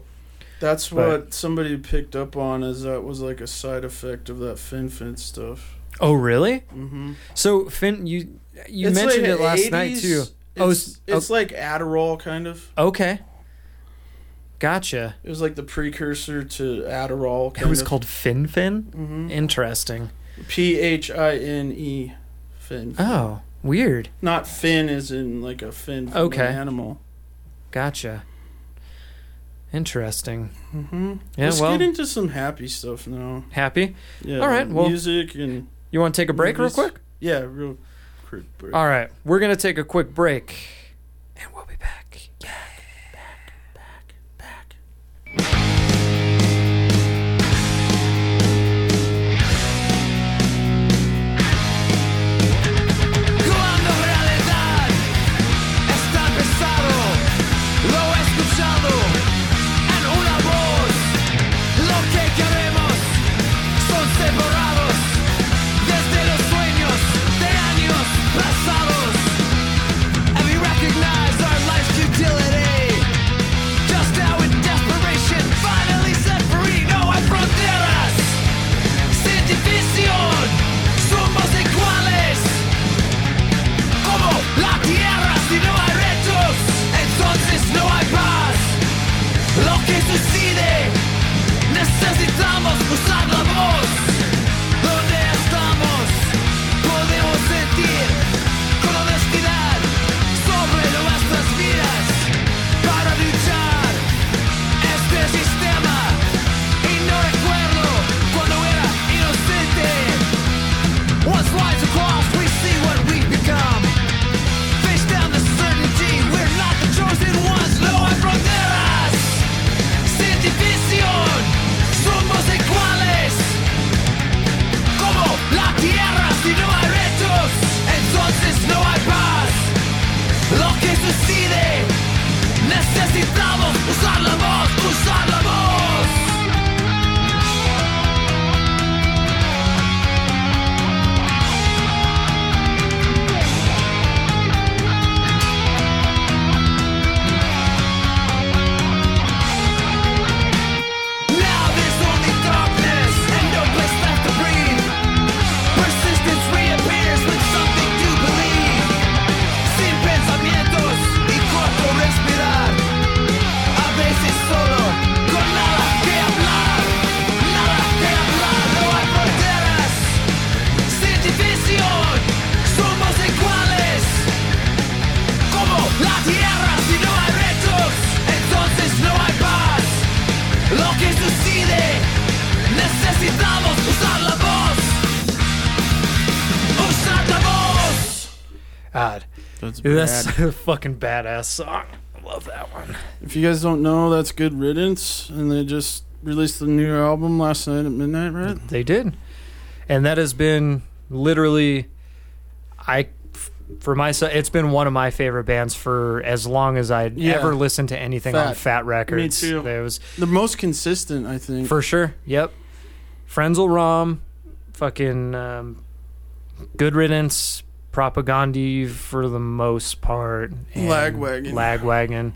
That's
But-
what somebody picked up on is that was like a side effect of that FinFin stuff.
Oh, really?
Mm-hmm.
So Finn, you you mentioned it last night too. Oh,
It's,
s-
it's like Adderall, kind of.
Okay, gotcha.
It was like the precursor to Adderall. Kind
It was
of. Mm-hmm.
called Fin Fin. Interesting.
P H I N E, fin.
Oh, weird.
Not fin as in like a fin. From
Okay.
An animal.
Gotcha. Interesting.
Mm-hmm.
Yeah.
Let's
well,
get into some happy stuff now.
happy.
Yeah.
All right, well-
music and
You want to take a break real
Movies.
quick?
yeah, real quick. break.
All right, we're gonna take a quick break, and we'll be back.
Cuando en realidad está pesado, lo he escuchado en una voz. Lo que queremos son separados desde los sueños de años pasados. este sin división somos iguales e como la tierra si no hay retos entonces no hay paz lo que sucede necesitamos usar la voz usar la voz Now there's only darkness and no place left to breathe. Persistence reappears with something to believe. Sin pensamientos y corto respirar. A veces solo con nada que hablar, nada que hablar. No hay fronteras, sin división. Somos iguales como la tierra. Si no hay retos, entonces no hay paz. Lo que sucede, necesitamos usar la voz. Usar la voz.
God,
That's
dude,
bad.
that's a fucking badass song. I love that one.
If you guys don't know, that's Good Riddance, and they just released the new album last night at midnight, right?
They did, and that has been literally, I, f- for myself, it's been one of my favorite bands for as long as I would
Yeah.
ever listened to anything on
Fat.
Fat Records.
too.
There was
The most consistent, I think.
For sure. Yep. Frenzel Rom, fucking um, Good Riddance, Propaganda for the most part. and
Lagwagon.
Lagwagon.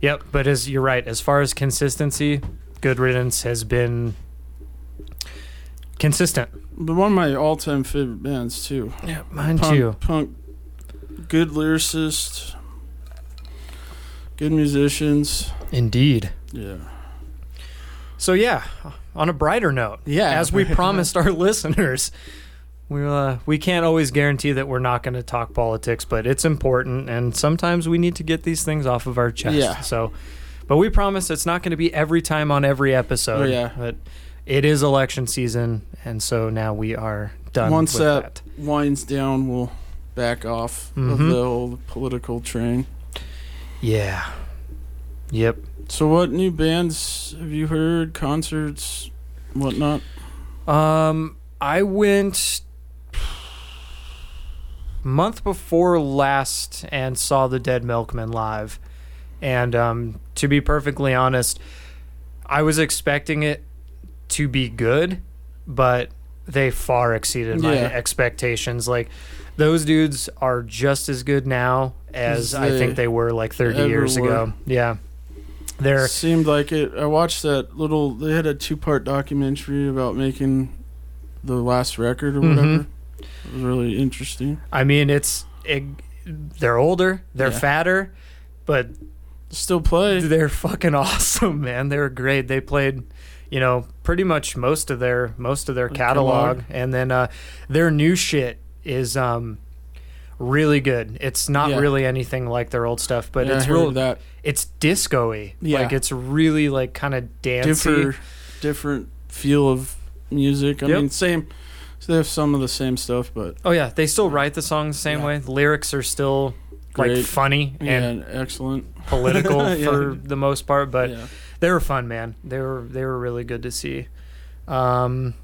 Yep. But as you're right, as far as consistency, Good Riddance has been consistent.
but one of my all-time favorite bands too.
Yeah, mind
punk,
you.
punk, good lyricist, good musicians.
Indeed.
Yeah,
So yeah, on a brighter note,
Yeah.
as we promised our listeners, we uh, we can't always guarantee that we're not going to talk politics, but it's important, and sometimes we need to get these things off of our chest.
Yeah.
So, but we promise it's not going to be every time on every episode.
Oh, yeah.
But it is election season, and so now we are done.
once
with
that,
that,
winds down, we'll back off of
Mhm.
the whole political train.
yeah, yep.
So, what new bands have you heard? Concerts, whatnot?
Um, I went month before last and saw the Dead Milkman live, and um, to be perfectly honest, I was expecting it to be good, but they far exceeded my
Yeah.
expectations. Like those dudes are just as good now as
As
I think
they
they were like 30
ever
years ago.
were.
Yeah. They're
Seemed like it. I watched that little. They had a two-part documentary about making the last record or
Mhm.
whatever. It was really interesting.
I mean it's it, they're older, they're
Yeah.
fatter, but
Still play.
They're fucking awesome, man. They were great. They played, you know, pretty much most of their most of their catalog,
catalog.
and then uh, their new shit is um really good. It's not
Yeah.
really anything like their old stuff, but
Yeah, I
it's
heard
real.
that
It's disco-y.
Yeah.
Like it's really like kind of dancey.
differ, different feel of music. I
Yep.
mean, same. So they have some of the same stuff, but
Oh yeah, they still write the songs the same
Yeah.
way. The lyrics are still like
Great.
funny and
and excellent.
political
Yeah.
for the most part, but
yeah.
they were fun, man. They were they were really good to see. Um,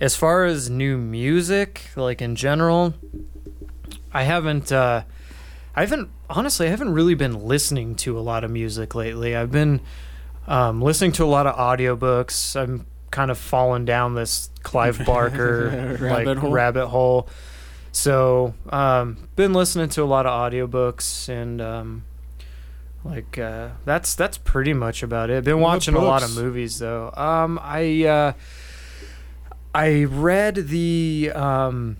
as far as new music, like in general, I haven't. Uh, I haven't honestly. I haven't really been listening to a lot of music lately. I've been um, listening to a lot of audiobooks. I'm kind of fallen down this Clive Barker
Rabbit
like
hole.
rabbit hole. So, um, been listening to a lot of audiobooks and um, like uh, that's that's pretty much about it. Been
What
watching a lot of
books?
movies though. Um, I uh, I read the um,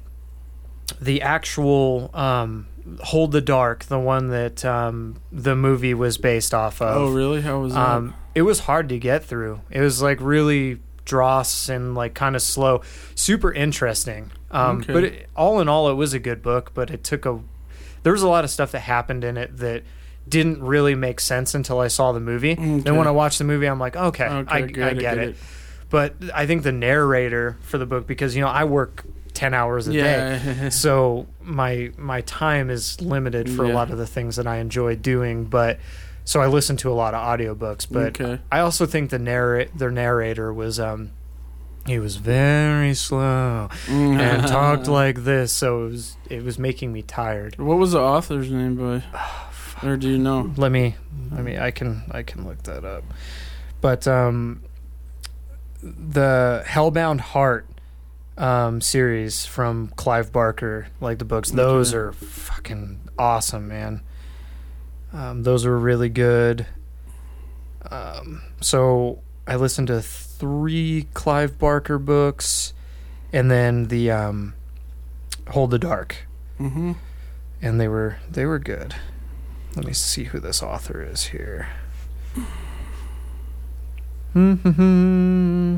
the actual um, Hold the Dark, the one that um, the movie was based off of.
Oh, really? How was that?
Um, it was hard to get through. It was like really dross and like kind of slow. Super interesting. Um,
Okay.
But it, all in all, it was a good book. But it took a. There was a lot of stuff that happened in it that didn't really make sense until I saw the movie.
Okay.
Then when I watched the movie, I'm like, okay,
Okay,
I, I
good,
get, it. But I think the narrator for the book, because you know I work ten hours a day,
Yeah.
so my my time is limited for a
Yeah.
lot of the things that I enjoy doing, but So I listened to a lot of audiobooks, but
Okay.
I also think the narrate their narrator was um he was very slow and talked like this, so it was it was making me tired.
What was the author's name, boy? Or do you know?
Let me let me I can I can look that up. But um the Hellbound Heart um series from Clive Barker, like the books, those
Okay.
are fucking awesome, man. Um those were really good. Um so I listened to three Clive Barker books and then the um Hold the Dark
Mm-hmm.
and they were they were good. Let me see who this author is here. Hmm.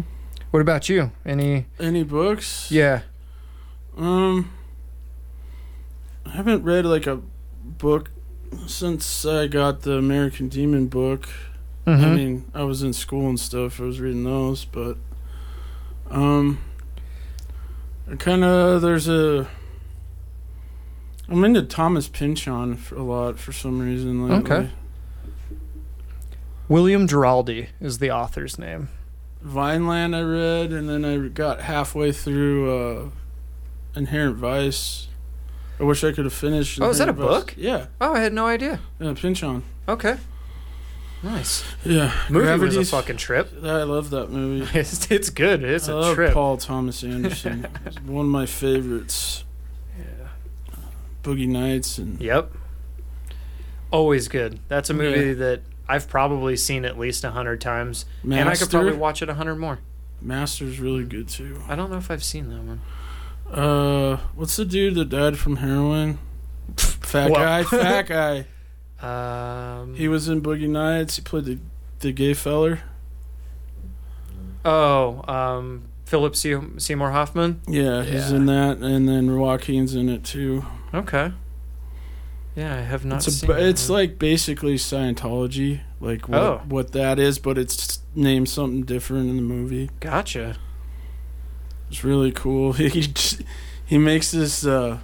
what about you? Any?
Any books?
Yeah.
Um, I haven't read like a book since I got the American Demon book.
Mhm.
I mean, I was in school and stuff. I was reading those, but um, I kind of there's a. I'm into Thomas Pynchon for a lot for some reason lately.
Okay. William Giraldi is the author's name.
Vineland I read, and then I got halfway through uh, Inherent Vice. I wish I could have finished.
Oh, is that a
Inherent
book?
Vice. Yeah,
Oh, I had no idea.
yeah, Pynchon.
Okay. Nice.
Yeah,
Movie was
Gravity's-
a fucking trip.
I love that movie.
It's, it's good. It's
I
a
love
trip.
Paul Thomas Anderson. He's one of my favorites.
Yeah.
Boogie Nights and
Yep. Always good. That's a movie
Yeah.
that I've probably seen at least a hundred times,
Master.
and I could probably watch it a hundred more.
Master's really good too.
I don't know if I've seen that one.
Uh, what's the dude that died from heroin? Fat
Well-
guy. Fat guy.
Um,
He was in Boogie Nights. He played the the gay feller.
oh, um, Philip Se- Seymour Hoffman.
Yeah, he's
Yeah.
in that, and then Joaquin's in it too.
Okay. Yeah, I have not
it's a,
seen.
bu-
that
it's
one.
like basically Scientology, like what,
Oh.
what that is, but it's named something different in the movie.
gotcha.
It's really cool. He j- he makes this uh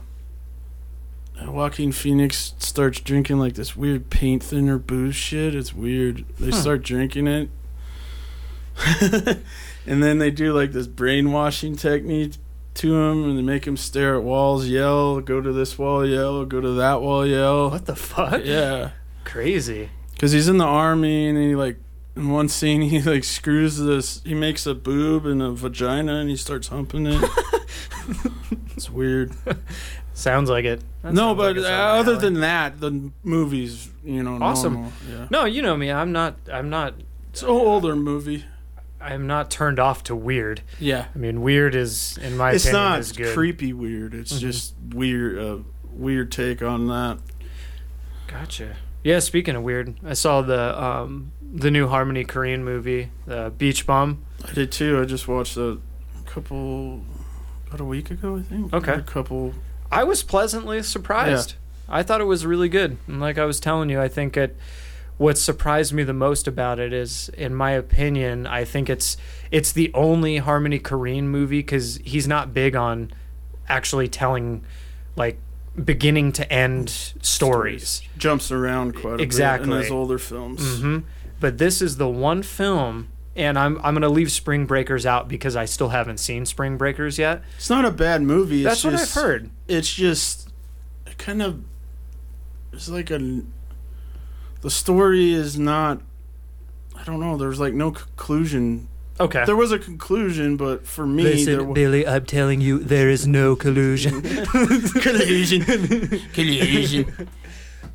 Joaquin Phoenix starts drinking like this weird paint thinner booze shit. It's weird. They start drinking it. and then they do like this brainwashing technique to him and they make him stare at walls, yell, go to this wall, yell, go to that wall, yell.
What the fuck?
Yeah.
Crazy.
Cuz he's in the army and he like in one scene he like screws this he makes a boob and a vagina and he starts humping it. it's weird.
Sounds like it. That
no,
sounds like
but
it's
uh,
up my
other
alley.
than that, the movies, you know,
Awesome.
normal, Yeah.
no, you know me. I'm not. I'm not.
It's an older movie.
I'm not turned off to weird.
Yeah.
I mean, weird is, in my
It's
opinion,
not
is good.
creepy weird. It's
Mm-hmm.
just weird uh, weird take on that.
Gotcha. Yeah. Speaking of weird, I saw the um the new Harmony Korean movie, uh, Beach Bum.
I did too. I just watched a couple about a week ago, I think.
Okay.
A couple
I was pleasantly surprised. I thought it was really good. And like I was telling you, I think it what surprised me the most about it is in my opinion, I think it's it's the only Harmony Korine movie cuz he's not big on actually telling like beginning to end stories.
jumps around quite a bit
Exactly.
in his older films.
Mhm. But this is the one film and I'm I'm going to leave Spring Breakers out because I still haven't seen Spring Breakers yet.
It's not a bad movie. It's
That's what I've
just-
heard.
It's just kind of it's like a the story is not I don't know. There's like no conclusion.
Okay.
There was a conclusion, but for me, there was
Billy, I'm telling you, there is no collusion.
collusion. collusion.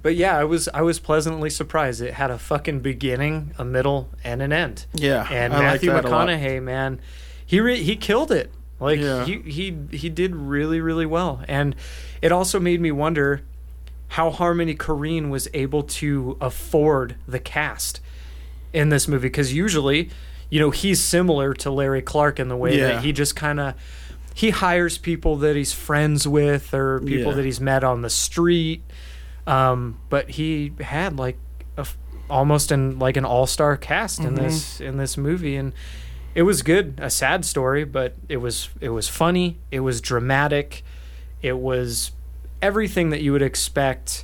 But yeah, I was I was pleasantly surprised. It had a fucking beginning, a middle, and an end.
Yeah,
And
I like
Matthew
that a lot.
McConaughey, man, he re- he killed it. Like
Yeah.
he he he did really really well. And it also made me wonder how Harmony Korine was able to afford the cast in this movie because usually, you know, he's similar to Larry Clark in the way
Yeah.
that he just kind of he hires people that he's friends with or people
Yeah.
that he's met on the street. Um, but he had like a f almost an like an all star cast
Mm-hmm.
in this in this movie, and it was good. A sad story, but it was it was funny. It was dramatic. It was everything that you would expect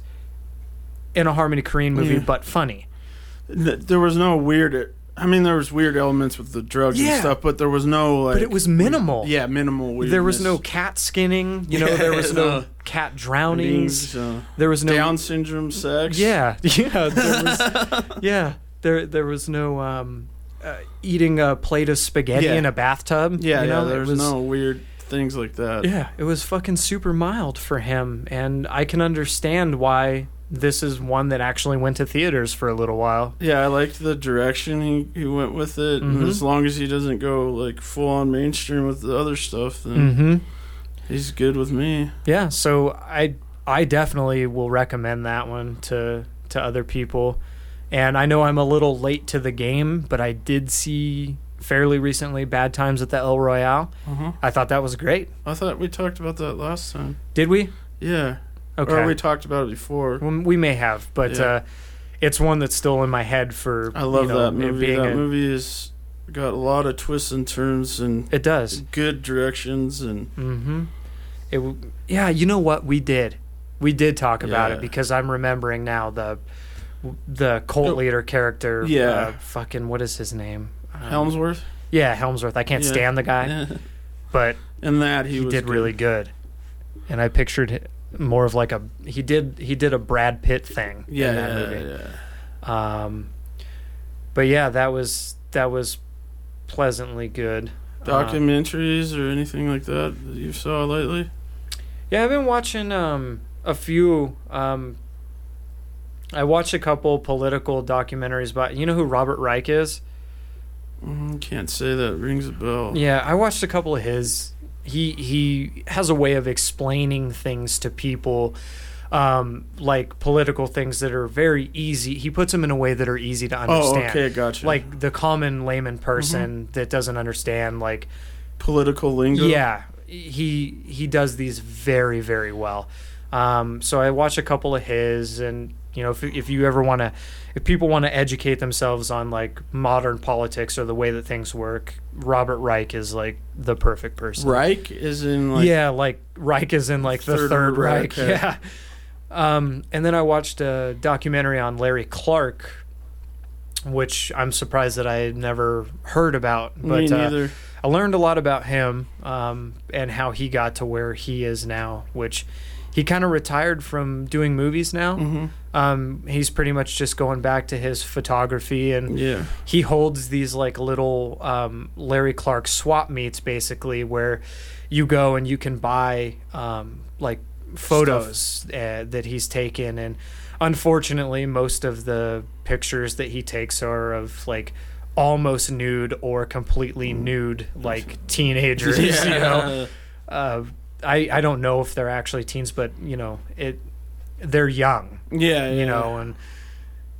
in a Harmony Korine movie,
Yeah.
but funny.
th- there was no weird. I mean, there was weird elements with the drugs
Yeah.
and stuff, but there was no like.
but it was minimal.
yeah, minimal weirdness.
There was no cat skinning, you know. there was no
Yeah.
cat drownings.
Things, uh,
There was no
Down syndrome, sex.
Yeah, yeah, there was, yeah. There, there was no um, uh, eating a plate of spaghetti
Yeah.
in a bathtub.
yeah,
you know?
yeah.
It
There was,
was-
no weird things like that.
Yeah, it was fucking super mild for him, and I can understand why this is one that actually went to theaters for a little while.
Yeah, I liked the direction he, he went with it,
Mhm.
and as long as he doesn't go like full on mainstream with the other stuff, then
Mm-hmm.
he's good with me.
Yeah, so I I definitely will recommend that one to to other people. And I know I'm a little late to the game, but I did see fairly recently Bad Times at the El Royale.
Uh-huh.
I thought that was great.
I thought we talked about that last time.
Did we?
Yeah,
Okay.
or we talked about it before.
Well, we may have, but
Yeah.
uh, it's one that's still in my head for
I love
you know,
that
it
movie.
being
That
a-
movie has got a lot of twists and turns and
It does.
good directions and
Mm-hmm. It w- yeah, you know what we did, we did talk about it
Yeah.
because I'm remembering now the the cult
Oh.
leader character.
Yeah.
uh, fucking what is his name? Um,
Helmsworth.
Yeah, Helmsworth. I can't
Yeah.
stand the guy, but
and that he,
he,
was
did really good. And I pictured hi- more of like a he did he did a Brad Pitt thing
Yeah,
in that
yeah,
movie.
yeah.
Um, but yeah, that was that was pleasantly good. Um,
Documentaries or anything like that that you saw lately?
Yeah, I've been watching um a few um I watched a couple political documentaries about you know who Robert Reich is?
Mm, can't say that rings a bell.
Yeah, I watched a couple of his he he has a way of explaining things to people um like political things that are very easy. He puts them in a way that are easy to
Oh,
understand.
okay, gotcha.
Like the common layman person that doesn't understand like
political lingo.
Yeah, he he does these very very well. Um, so I watch a couple of his, and you know, if if you ever want to, if people want to educate themselves on like modern politics or the way that things work, Robert Reich is like the perfect person.
Reich is in like
yeah, like Reich is in like the Third,
Third
Reich.
Reich, okay.
Yeah. Um, and then I watched a documentary on Larry Clark, which I'm surprised that I had never heard about. But
me
uh,
neither.
I learned a lot about him um, and how he got to where he is now, which he kind of retired from doing movies now. Um, he's pretty much just going back to his photography and
yeah.
he holds these like little um, Larry Clark swap meets basically where you go and you can buy um, like photos uh, that he's taken and unfortunately most of the pictures that he takes are of like almost nude or completely nude like teenagers you know uh, I, I don't know if they're actually teens but you know it they're young
Yeah, yeah.
you know and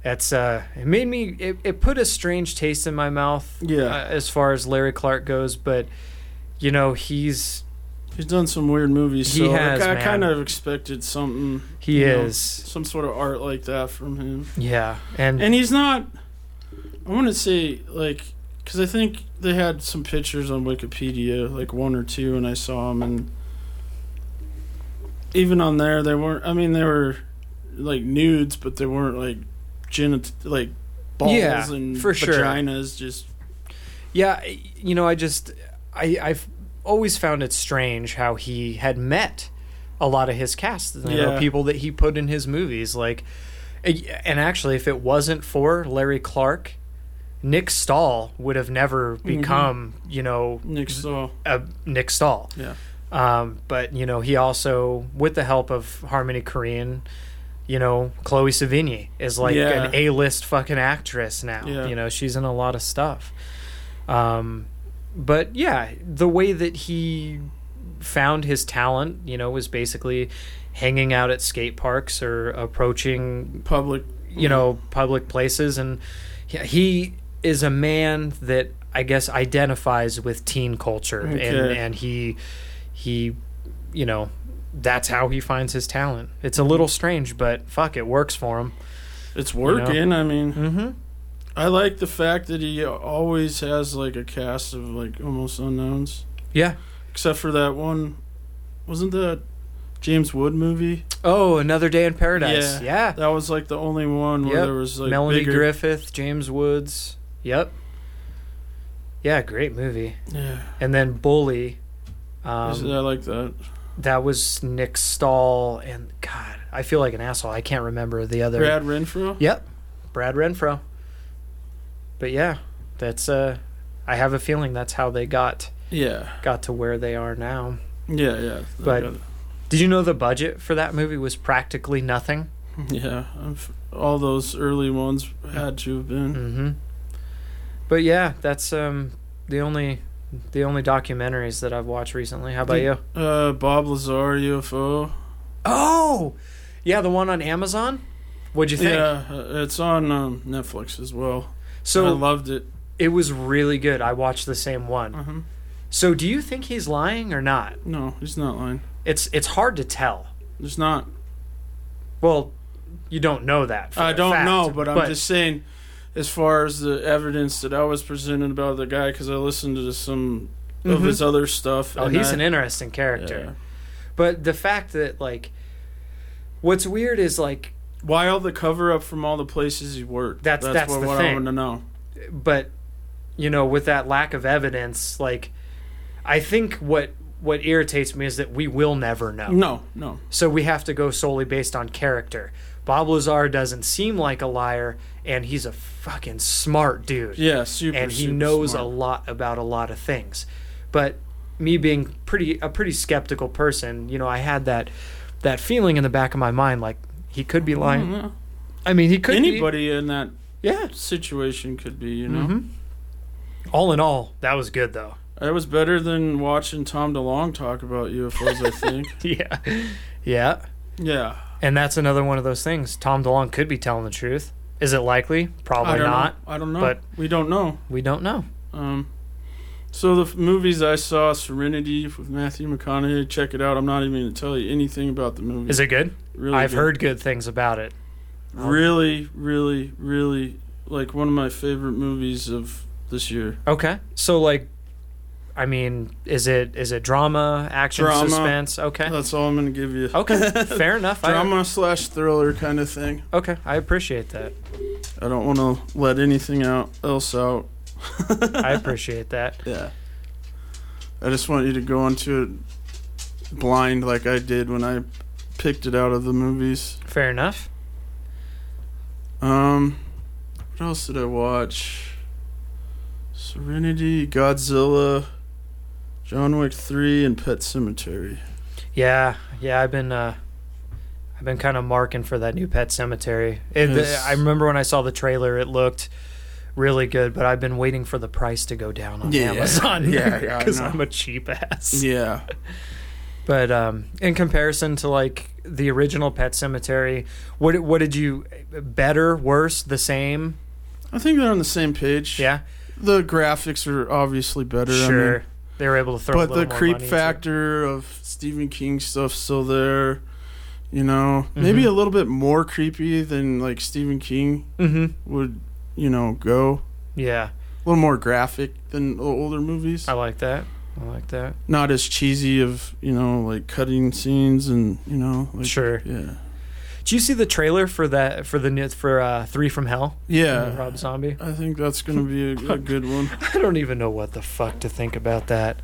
that's uh it made me it, it put a strange taste in my mouth
Yeah.
uh, as far as larry clark goes but you know he's
He's done some weird movies,
He
so
has,
I, I
man.
kind of expected something
he
you know,
is
some sort of art like that from him.
yeah and,
And he's not I want to say like cuz I think they had some pictures on Wikipedia, like one or two and I saw them and even on there they weren't I mean they were like nudes, but they weren't like genit like balls
Yeah,
and
for sure.
vaginas just
yeah you know i just i i've always found it strange how he had met a lot of his cast you know,
Yeah.
people that he put in his movies like and actually if it wasn't for larry clark nick stahl would have never
Mm-hmm.
become you know
Nick Stahl.
uh, Nick Stahl.
Yeah.
Um, but you know, he also, with the help of Harmony Korine, you know, Chloe Sevigny is like
Yeah.
an A-list fucking actress now.
Yeah.
You know, she's in a lot of stuff. Um, but yeah, the way that he found his talent, you know, was basically hanging out at skate parks or approaching
public
you know public places and he- he is a man that i guess identifies with teen culture and
Okay.
and he he you know that's how he finds his talent it's a little strange but fuck it works for him
It's working. I mean,
mm-hmm
I like the fact that he always has like a cast of like almost unknowns,
yeah
except for that one. Wasn't that James Wood movie?
Oh, Another Day in Paradise. Yeah.
That was like the only one where
Yep.
there was like
Melanie
bigger-
Griffith, James Woods. Yep. Yeah, great movie.
Yeah,
And then Bully.
Is-
Um,
I like that.
that was Nick Stahl and God, I feel like an asshole. I can't remember the other.
Brad Renfro.
Yep. Brad Renfro. But yeah, that's uh I have a feeling that's how they got
Yeah,
got to where they are now.
yeah, yeah.
But- Did you know the budget for that movie was practically nothing?
yeah, I'm f- all those early ones had to have been.
Mhm. But yeah, that's um the only the only documentaries that I've watched recently. How about
Did-
you?
Uh, Bob Lazar UFO.
Oh, yeah, the one on Amazon. What'd you think?
Yeah, uh, it's on um, Netflix as well. So I
So
loved it.
it was really good. I watched the same one.
Uh-huh.
So do you think he's lying or not?
No, he's not lying.
It's it's hard to tell.
There's not.
Well, you don't know that. for
I
a
don't
fact,
know, but I'm just saying, as far as the evidence that I was presented about the guy, because I listened to some of
Mhm.
his other stuff.
Oh,
and
he's
I-
an interesting character. But the fact that like, what's weird is like,
Yeah. Why all the cover up from all the places he worked?
That's- that's
what,
the
what I
thing.
want to know.
but you know, with that lack of evidence, like, I think what what irritates me is that we will never know.
No, no.
So we have to go solely based on character. Bob Lazar doesn't seem like a liar, and he's a fucking smart dude.
Yeah, super.
and he
super
knows a
smart.
lot about a lot of things. But me being pretty a pretty skeptical person, you know, I had that that feeling in the back of my mind, like he could be lying.
Yeah.
I mean, he could
Mm-hmm. Anybody in that
Be, yeah.
situation could be, you know.
Mhm. All in all, that was good though.
It was better than watching Tom DeLong talk about UFOs. I think.
Yeah, yeah.
Yeah.
And that's another one of those things. Tom DeLonge could be telling the truth. Is it likely?
I
Probably
don't
not.
Know. I don't know.
but-
we don't know.
We don't know.
Um, so the f- movies I saw, Serenity with Matthew McConaughey. Check it out. I'm not even going to tell you anything about the movie.
Is it good?
Really
I've
good.
heard good things about it.
Really, really, really, like one of my favorite movies of this year.
Okay. So like I mean, is it is it drama, action,
Drama.
suspense? Okay.
That's all I'm going to give you.
Okay. Fair enough.
Drama slash thriller kind of thing.
I, okay, I appreciate that.
I don't want to let anything out else out.
I appreciate that.
Yeah. I just want you to go into it blind like I did when I picked it out of the movies.
Fair enough.
Um, what else did I watch? Serenity, Godzilla, John Wick Three, and Pet Cemetery.
Yeah, yeah. I've been uh, I've been kind of marking for that new Pet Cemetery. It,
Yes.
I remember when I saw the trailer, it looked really good, but I've been waiting for the price to go down on
Yeah,
Amazon.
yeah, yeah, I
because
know.
I'm a cheap ass.
Yeah,
But um, in comparison to like the original Pet Cemetery, what what did you better, worse, the same?
I think they're on the same page.
Yeah,
the graphics are obviously better. I
sure.
mean,
they were able to throw. a
but
little
the
more
creep
money into it.
factor of Stephen King stuff still there. You know, maybe
Mhm.
a little bit more creepy than like Stephen King
Mm-hmm.
would. You know, go
Yeah,
a little more graphic than o- older movies.
I like that. I like that.
not as cheesy of you know like cutting scenes and you know like,
sure.
yeah
Did you see the trailer for that for the new for uh, Three from Hell?
yeah
Rob Zombie.
i think that's gonna be a, a good one
I don't even know what the fuck to think about that.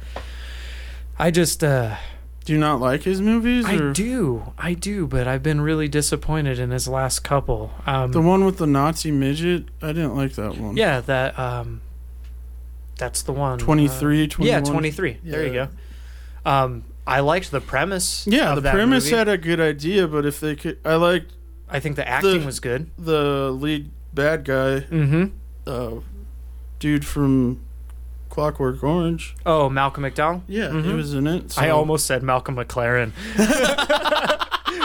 I just uh,
do you not like his movies
I
or
do, I do, but I've been really disappointed in his last couple. Um,
the one with the nazi midget i didn't like that one
yeah, that um, that's the one. uh,
23
yeah,
21.
twenty three. There you
Yeah.
go. Um, I liked the premise.
yeah
of
the
that
premise
movie.
had a good idea but if they could i liked
I think the acting
the-
was good.
the lead bad guy
Mm-hmm.
uh dude from clockwork orange
Oh, Malcolm McDowell.
yeah he
Mhm.
was in it so.
I almost said Malcolm McLaren.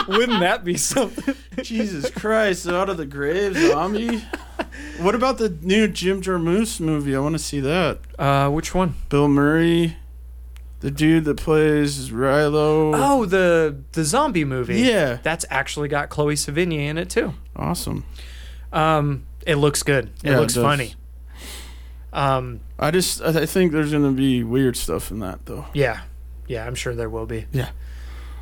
Wouldn't that be something?
Jesus Christ, out of the grave, zombie. What about the new Jim Jarmusch movie? I want to see that.
Uh, which one?
Bill Murray, the dude that plays Rilo.
Oh, the the zombie movie.
yeah,
that's actually got Chloe Sevigny in it too.
awesome.
Um, it looks good. It
Yeah, it
looks
does.
funny. Um,
I just I I think there's gonna be weird stuff in that though.
yeah, yeah, I'm sure there will be.
Yeah.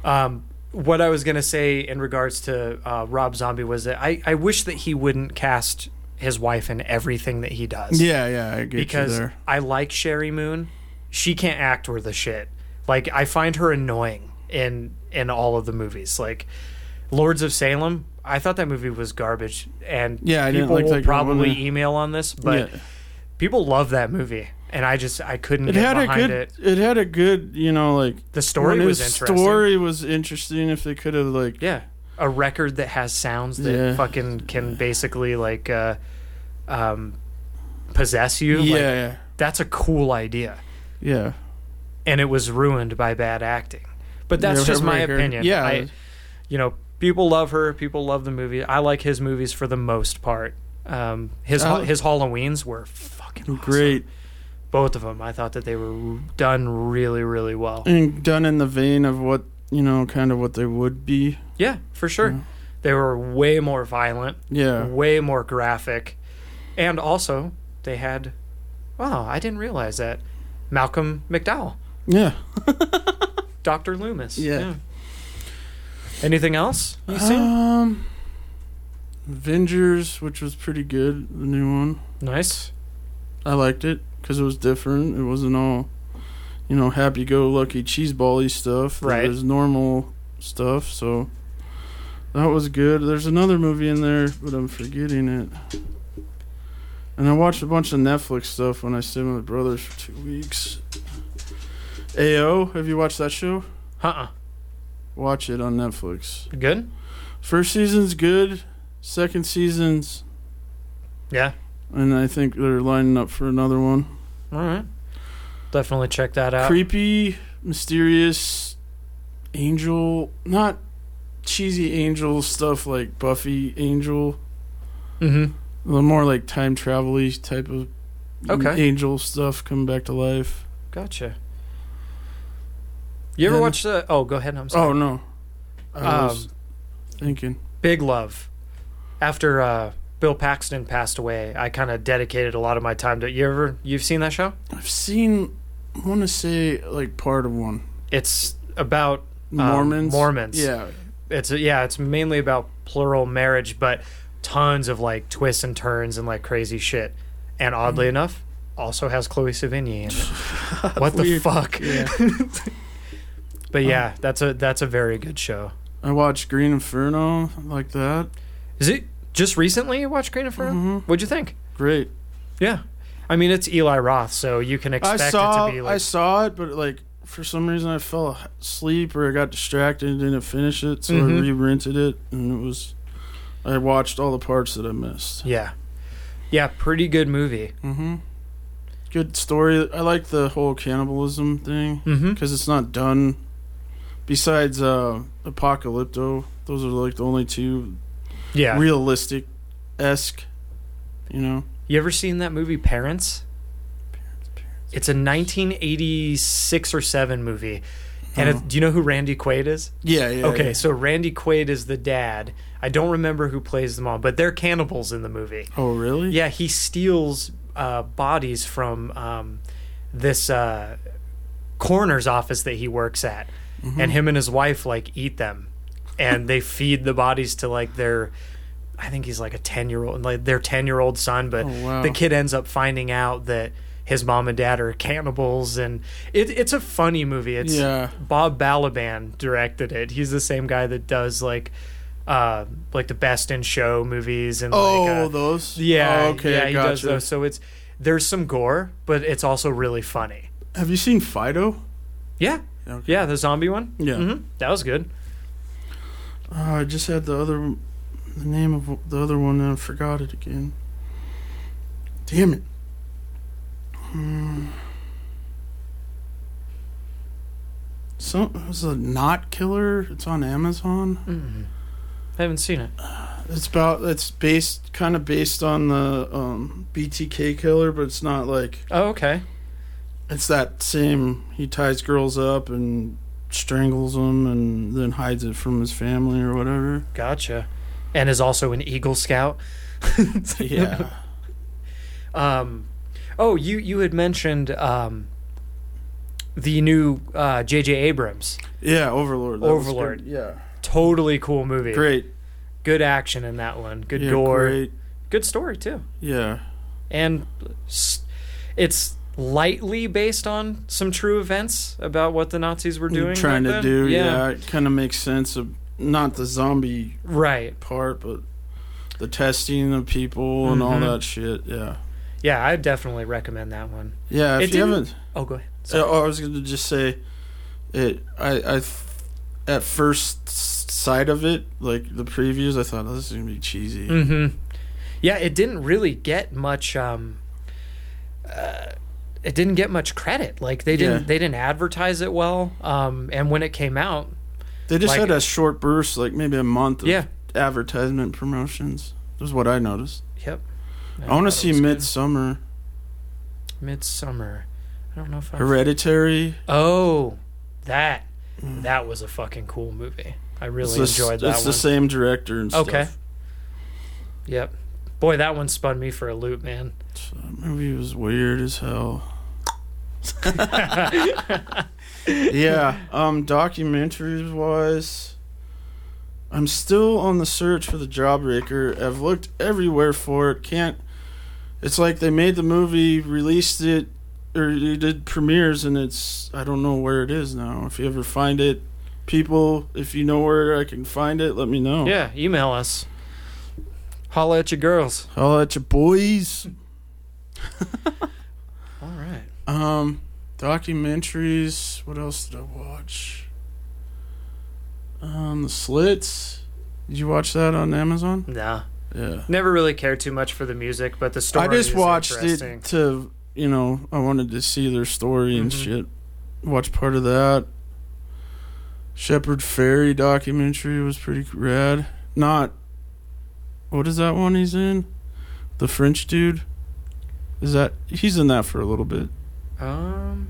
Um, what I was gonna say in regards to uh, Rob Zombie was that I, I wish that he wouldn't cast his wife in everything that he does.
Yeah, yeah, I get you
because
there.
I like Sherry Moon. She can't act worth a shit. Like I find her annoying in in all of the movies. Like Lords of Salem, I thought that movie was garbage, and
Yeah, I didn't
people
like
will
that girl in
probably
there.
email on this, but
Yeah.
people love that movie, and I just I couldn't
It
get
had a
behind
good.
it.
It. had a good. You know, like
The story
when
was
his
interesting.
Story was interesting. If they could have like,
Yeah, a record that has sounds that
Yeah.
fucking can basically like uh, um, possess you. Like,
yeah,
that's a cool idea.
yeah.
and it was ruined by bad acting. But that's
Yeah,
just my
Herbert Hare-
opinion.
yeah.
I, you know, people love her. People love the movie. I like his movies for the most part. Um, his
I-
his Halloweens were fucking awesome.
Uh, Great
Both of them. I thought that they were done really, really well.
and done in the vein of what you know, kind of what they would be.
Yeah, for sure.
Yeah.
They were way more violent,
Mm. Yeah,
way more graphic, and also they had. Wow, I didn't realize that. Malcolm McDowell,
yeah.
Doctor Loomis.
Yeah.
Anything else? You seen?
Um, Avengers, which was pretty good, the new one.
nice.
I liked it because it was different. It wasn't all, you know, happy-go-lucky cheeseball-y stuff.
Right.
There's normal stuff, so that was good. There's another movie in there, but I'm forgetting it. And I watched a bunch of Netflix stuff when I stayed with my brothers for two weeks. AO, have you watched that show?
Uh-uh.
Watch it on Netflix.
Good?
First season's good. Second season's,
Yeah.
and I think they're lining up for another one.
All right. Definitely check that out.
creepy, mysterious angel, not cheesy angel stuff like Buffy angel,
Mm-hmm.
the more like time travel y type of
Okay.
angel stuff come back to life.
Gotcha. You ever
Then-
watch the... Oh, go ahead. I'm sorry.
Oh no. I was
Um,
thinking.
Big Love. After uh, Bill Paxton passed away, I kind of dedicated a lot of my time to... You ever... You've seen that show?
I've seen I wanna say like part of one.
It's about... um,
Mormons.
Mormons.
Yeah.
It's yeah, it's mainly about plural marriage, but tons of like twists and turns and like crazy shit. And oddly
Hmm.
enough, also has Chloe Sevigny in it. what the
Weird.
fuck?
Yeah.
But yeah, that's a that's a very good show.
I watched Green Inferno I like that.
Is it just recently you watched Green Inferno?
Mhm.
What'd you think?
Great.
Yeah, I mean it's Eli Roth, so you can
I
expect it
saw,
to be
I
like
saw it, but like for some reason I fell asleep or I got distracted and didn't finish it, so I
Mhm.
re-rented it, and it was. I watched all the parts that I missed.
yeah, yeah, pretty good movie.
Mm-hmm. Good story. I like the whole cannibalism thing
Mm-hmm.
because it's not done. Besides uh, Apocalypto, those are like the only two
Yeah,
realistic esque. You know,
you ever seen that movie Parents? It's a 1986 or seven movie, and
Oh.
it, do you know who Randy Quaid is?
yeah, yeah.
okay,
yeah.
so Randy Quaid is the dad. I don't remember who plays them all, but they're cannibals in the movie.
Oh really?
Yeah, he steals uh, bodies from um, this uh, coroner's office that he works at,
Mm-hmm.
and him and his wife like eat them, and they feed the bodies to like their. I think he's like a ten year old, like their ten year old son, but
Oh, wow.
the kid ends up finding out that his mom and dad are cannibals, and it, it's a funny movie. It's
Yeah.
Bob Balaban directed it. He's the same guy that does like, uh, like the Best in Show movies and
Oh,
like, uh,
those.
yeah,
Oh, okay.
yeah, he does
gotcha.
those. So it's there's some gore, but it's also really funny.
Have you seen Fido?
Yeah,
Okay.
yeah, the zombie one.
Yeah.
Mhm. that was good.
Oh, I just had the other, the name of the other one, and I forgot it again. Damn it! Hmm. Some it was a Knot Killer. It's on Amazon.
I haven't seen it.
It's about it's based kind of based on the um, BTK killer, but it's not like
Oh, okay.
it's that same. He ties girls up and strangles them, and then hides it from his family or whatever.
Gotcha. And is also an Eagle Scout.
Yeah.
Um, oh, you you had mentioned um, the new uh, J.J. Abrams.
Yeah, Overlord. that was
Overlord.
good. Yeah.
Totally cool movie.
Great.
Good action in that one. Good
yeah,
gore.
Great.
Good story too.
Yeah.
And s- it's lightly based on some true events about what the Nazis were doing.
Trying to
back then.
do. Yeah. it kind of makes sense of not the zombie
Right.
part, but the testing of people and all
Mhm.
that shit. Yeah.
Yeah, I definitely recommend that one.
Yeah. If
It
you
didn't-
haven't.
Oh, go ahead.
So I was going to just say, it. I, I th- at first sight of it, like the previews, I thought oh, this is gonna be cheesy.
Mm-hmm. Yeah, it didn't really get much. Um, uh, it didn't get much credit. Like they didn't
Yeah.
they didn't advertise it well. Um, and when it came out,
They just
Like-
had a short burst, like maybe a month. Of
yeah,
Advertisement promotions. Is what I noticed.
yep.
I want to
thought it
see
was good.
Midsummer,
Midsummer. I don't know if I.
Hereditary.
Oh, that that was a fucking cool movie. I really
Mm. it's the,
enjoyed that
It's
one.
the same director and stuff.
Okay. Yep. Boy, that one spun me for a loop, man.
So that movie was weird as hell. yeah. Um, documentaries wise, I'm still on the search for the Jawbreaker. I've looked everywhere for it. Can't. It's like they made the movie, released it, or they did premieres, and it's I don't know where it is now. If you ever find it, people, if you know where I can find it, let me know.
Yeah, email us. Holla at your girls.
I'll at your boys.
All right.
Um, documentaries. What else did I watch? Um, The Slits. Did you watch that on Amazon?
Nah.
Yeah.
Never really cared too much for the music, but the story.
I just
is
watched
interesting.
it to, you know, I wanted to see their story and
Mhm.
shit. Watch part of that. Shepherd Fairy documentary was pretty rad. Not. What is that one he's in? The French dude? Is that. He's in that for a little bit.
Um.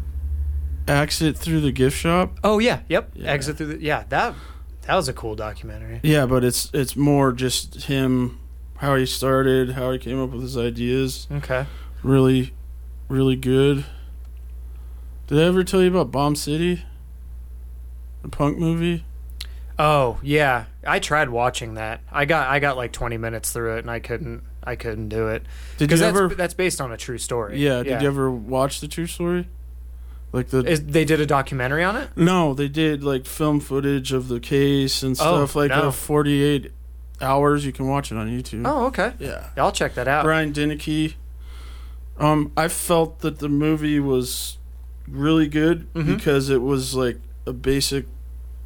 Exit Through the Gift Shop.
Oh yeah. Yep.
Yeah.
Exit through the. Yeah. That. That was a cool documentary.
Yeah, but it's it's more just him, how he started, how he came up with his ideas.
Okay.
Really, really good. Did I ever tell you about Bomb City? The punk movie.
Oh yeah. I tried watching that. I got I got like 20 minutes through it, and I couldn't I couldn't do it
Did you
because that's
ever?
that's based on a true story.
yeah, Did you ever watch the true story? Like the
Is, they did a documentary on it.
no, they did like film footage of the case and
Oh,
stuff like
no.
that. Forty eight hours. You can watch it on YouTube.
Oh okay.
yeah.
I'll check that out.
Brian Dennehy. Um, I felt that the movie was really good
Mhm.
because it was like a basic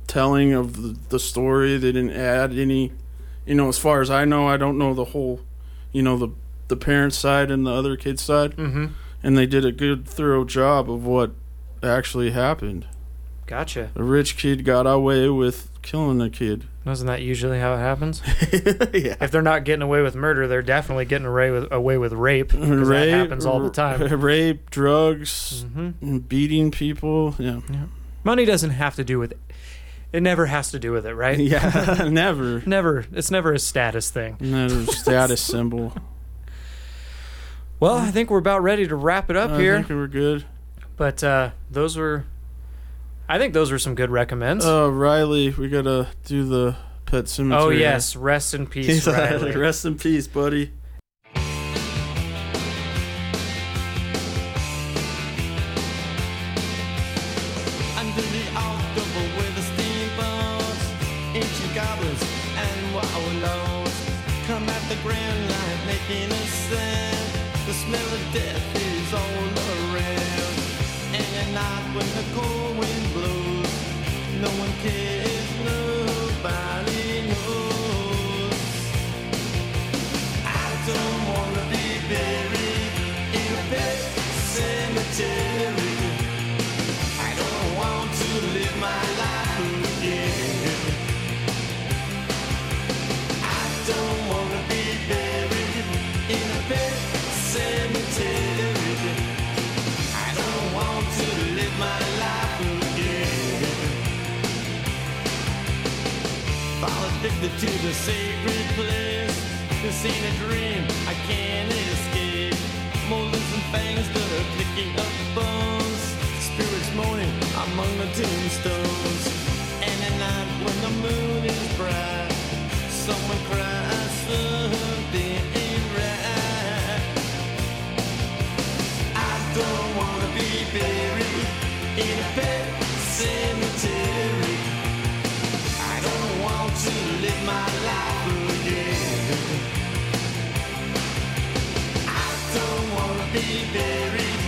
telling of the, the story. They didn't add any, you know, as far as I know, I don't know the whole, you know, the the parent side and the other kid side,
Mm-hmm.
and they did a good thorough job of what actually happened.
Gotcha.
A rich kid got away with killing a kid.
Isn't that usually how it happens?
yeah.
if they're not getting away with murder, they're definitely getting away with away with rape. 'cause that
Rape,
happens all the time.
Rape, drugs,
hmm
and beating people. Yeah.
Money doesn't have to do with it. It never has to do with it, right?
Yeah, never.
Never. It's never a status thing.
Never status symbol.
Well, I think we're about ready to wrap it up
I
here.
think we were good.
But uh, those were, I think those were some good recommends.
Oh, Riley, we gotta do the pet cemetery.
oh yes, rest in peace, Riley.
Rest in peace, buddy.
Under the October with the steamboats, ancient goblins and wallows come at the grand light making a sound. The smell of death is all around. And at night when the cold wind blows, no one cares, nobody knows. I don't wanna be buried in a pet cemetery. I don't want to live my life again. I don't want to be buried in a big cemetery. I don't want to live my life again. Fall addicted to the sacred place. This ain't a dream I can't escape. Moldings and fangs that are picking up bones. Spirits moaning
tombstones. And at night when the moon is bright, someone cries something right. I don't wanna be buried in a pet cemetery. I don't want to live my life again. I don't wanna be buried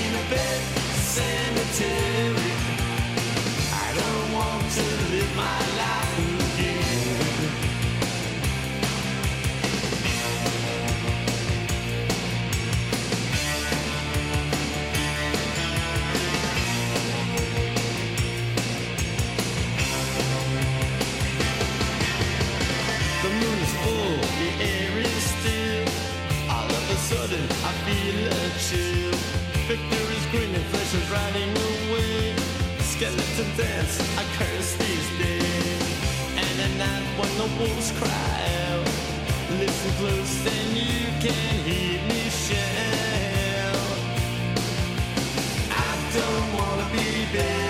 in a pet cemetery. I don't want to live my life again. The moon is full, the air is still. All of a sudden, I feel a chill. Victor is green and flesh is riding away. Skeleton dance, I curse these days. And at night when the wolves cry out, listen close and you can hear me shout. I don't wanna be buried. Oh, Oh, Oh, Oh,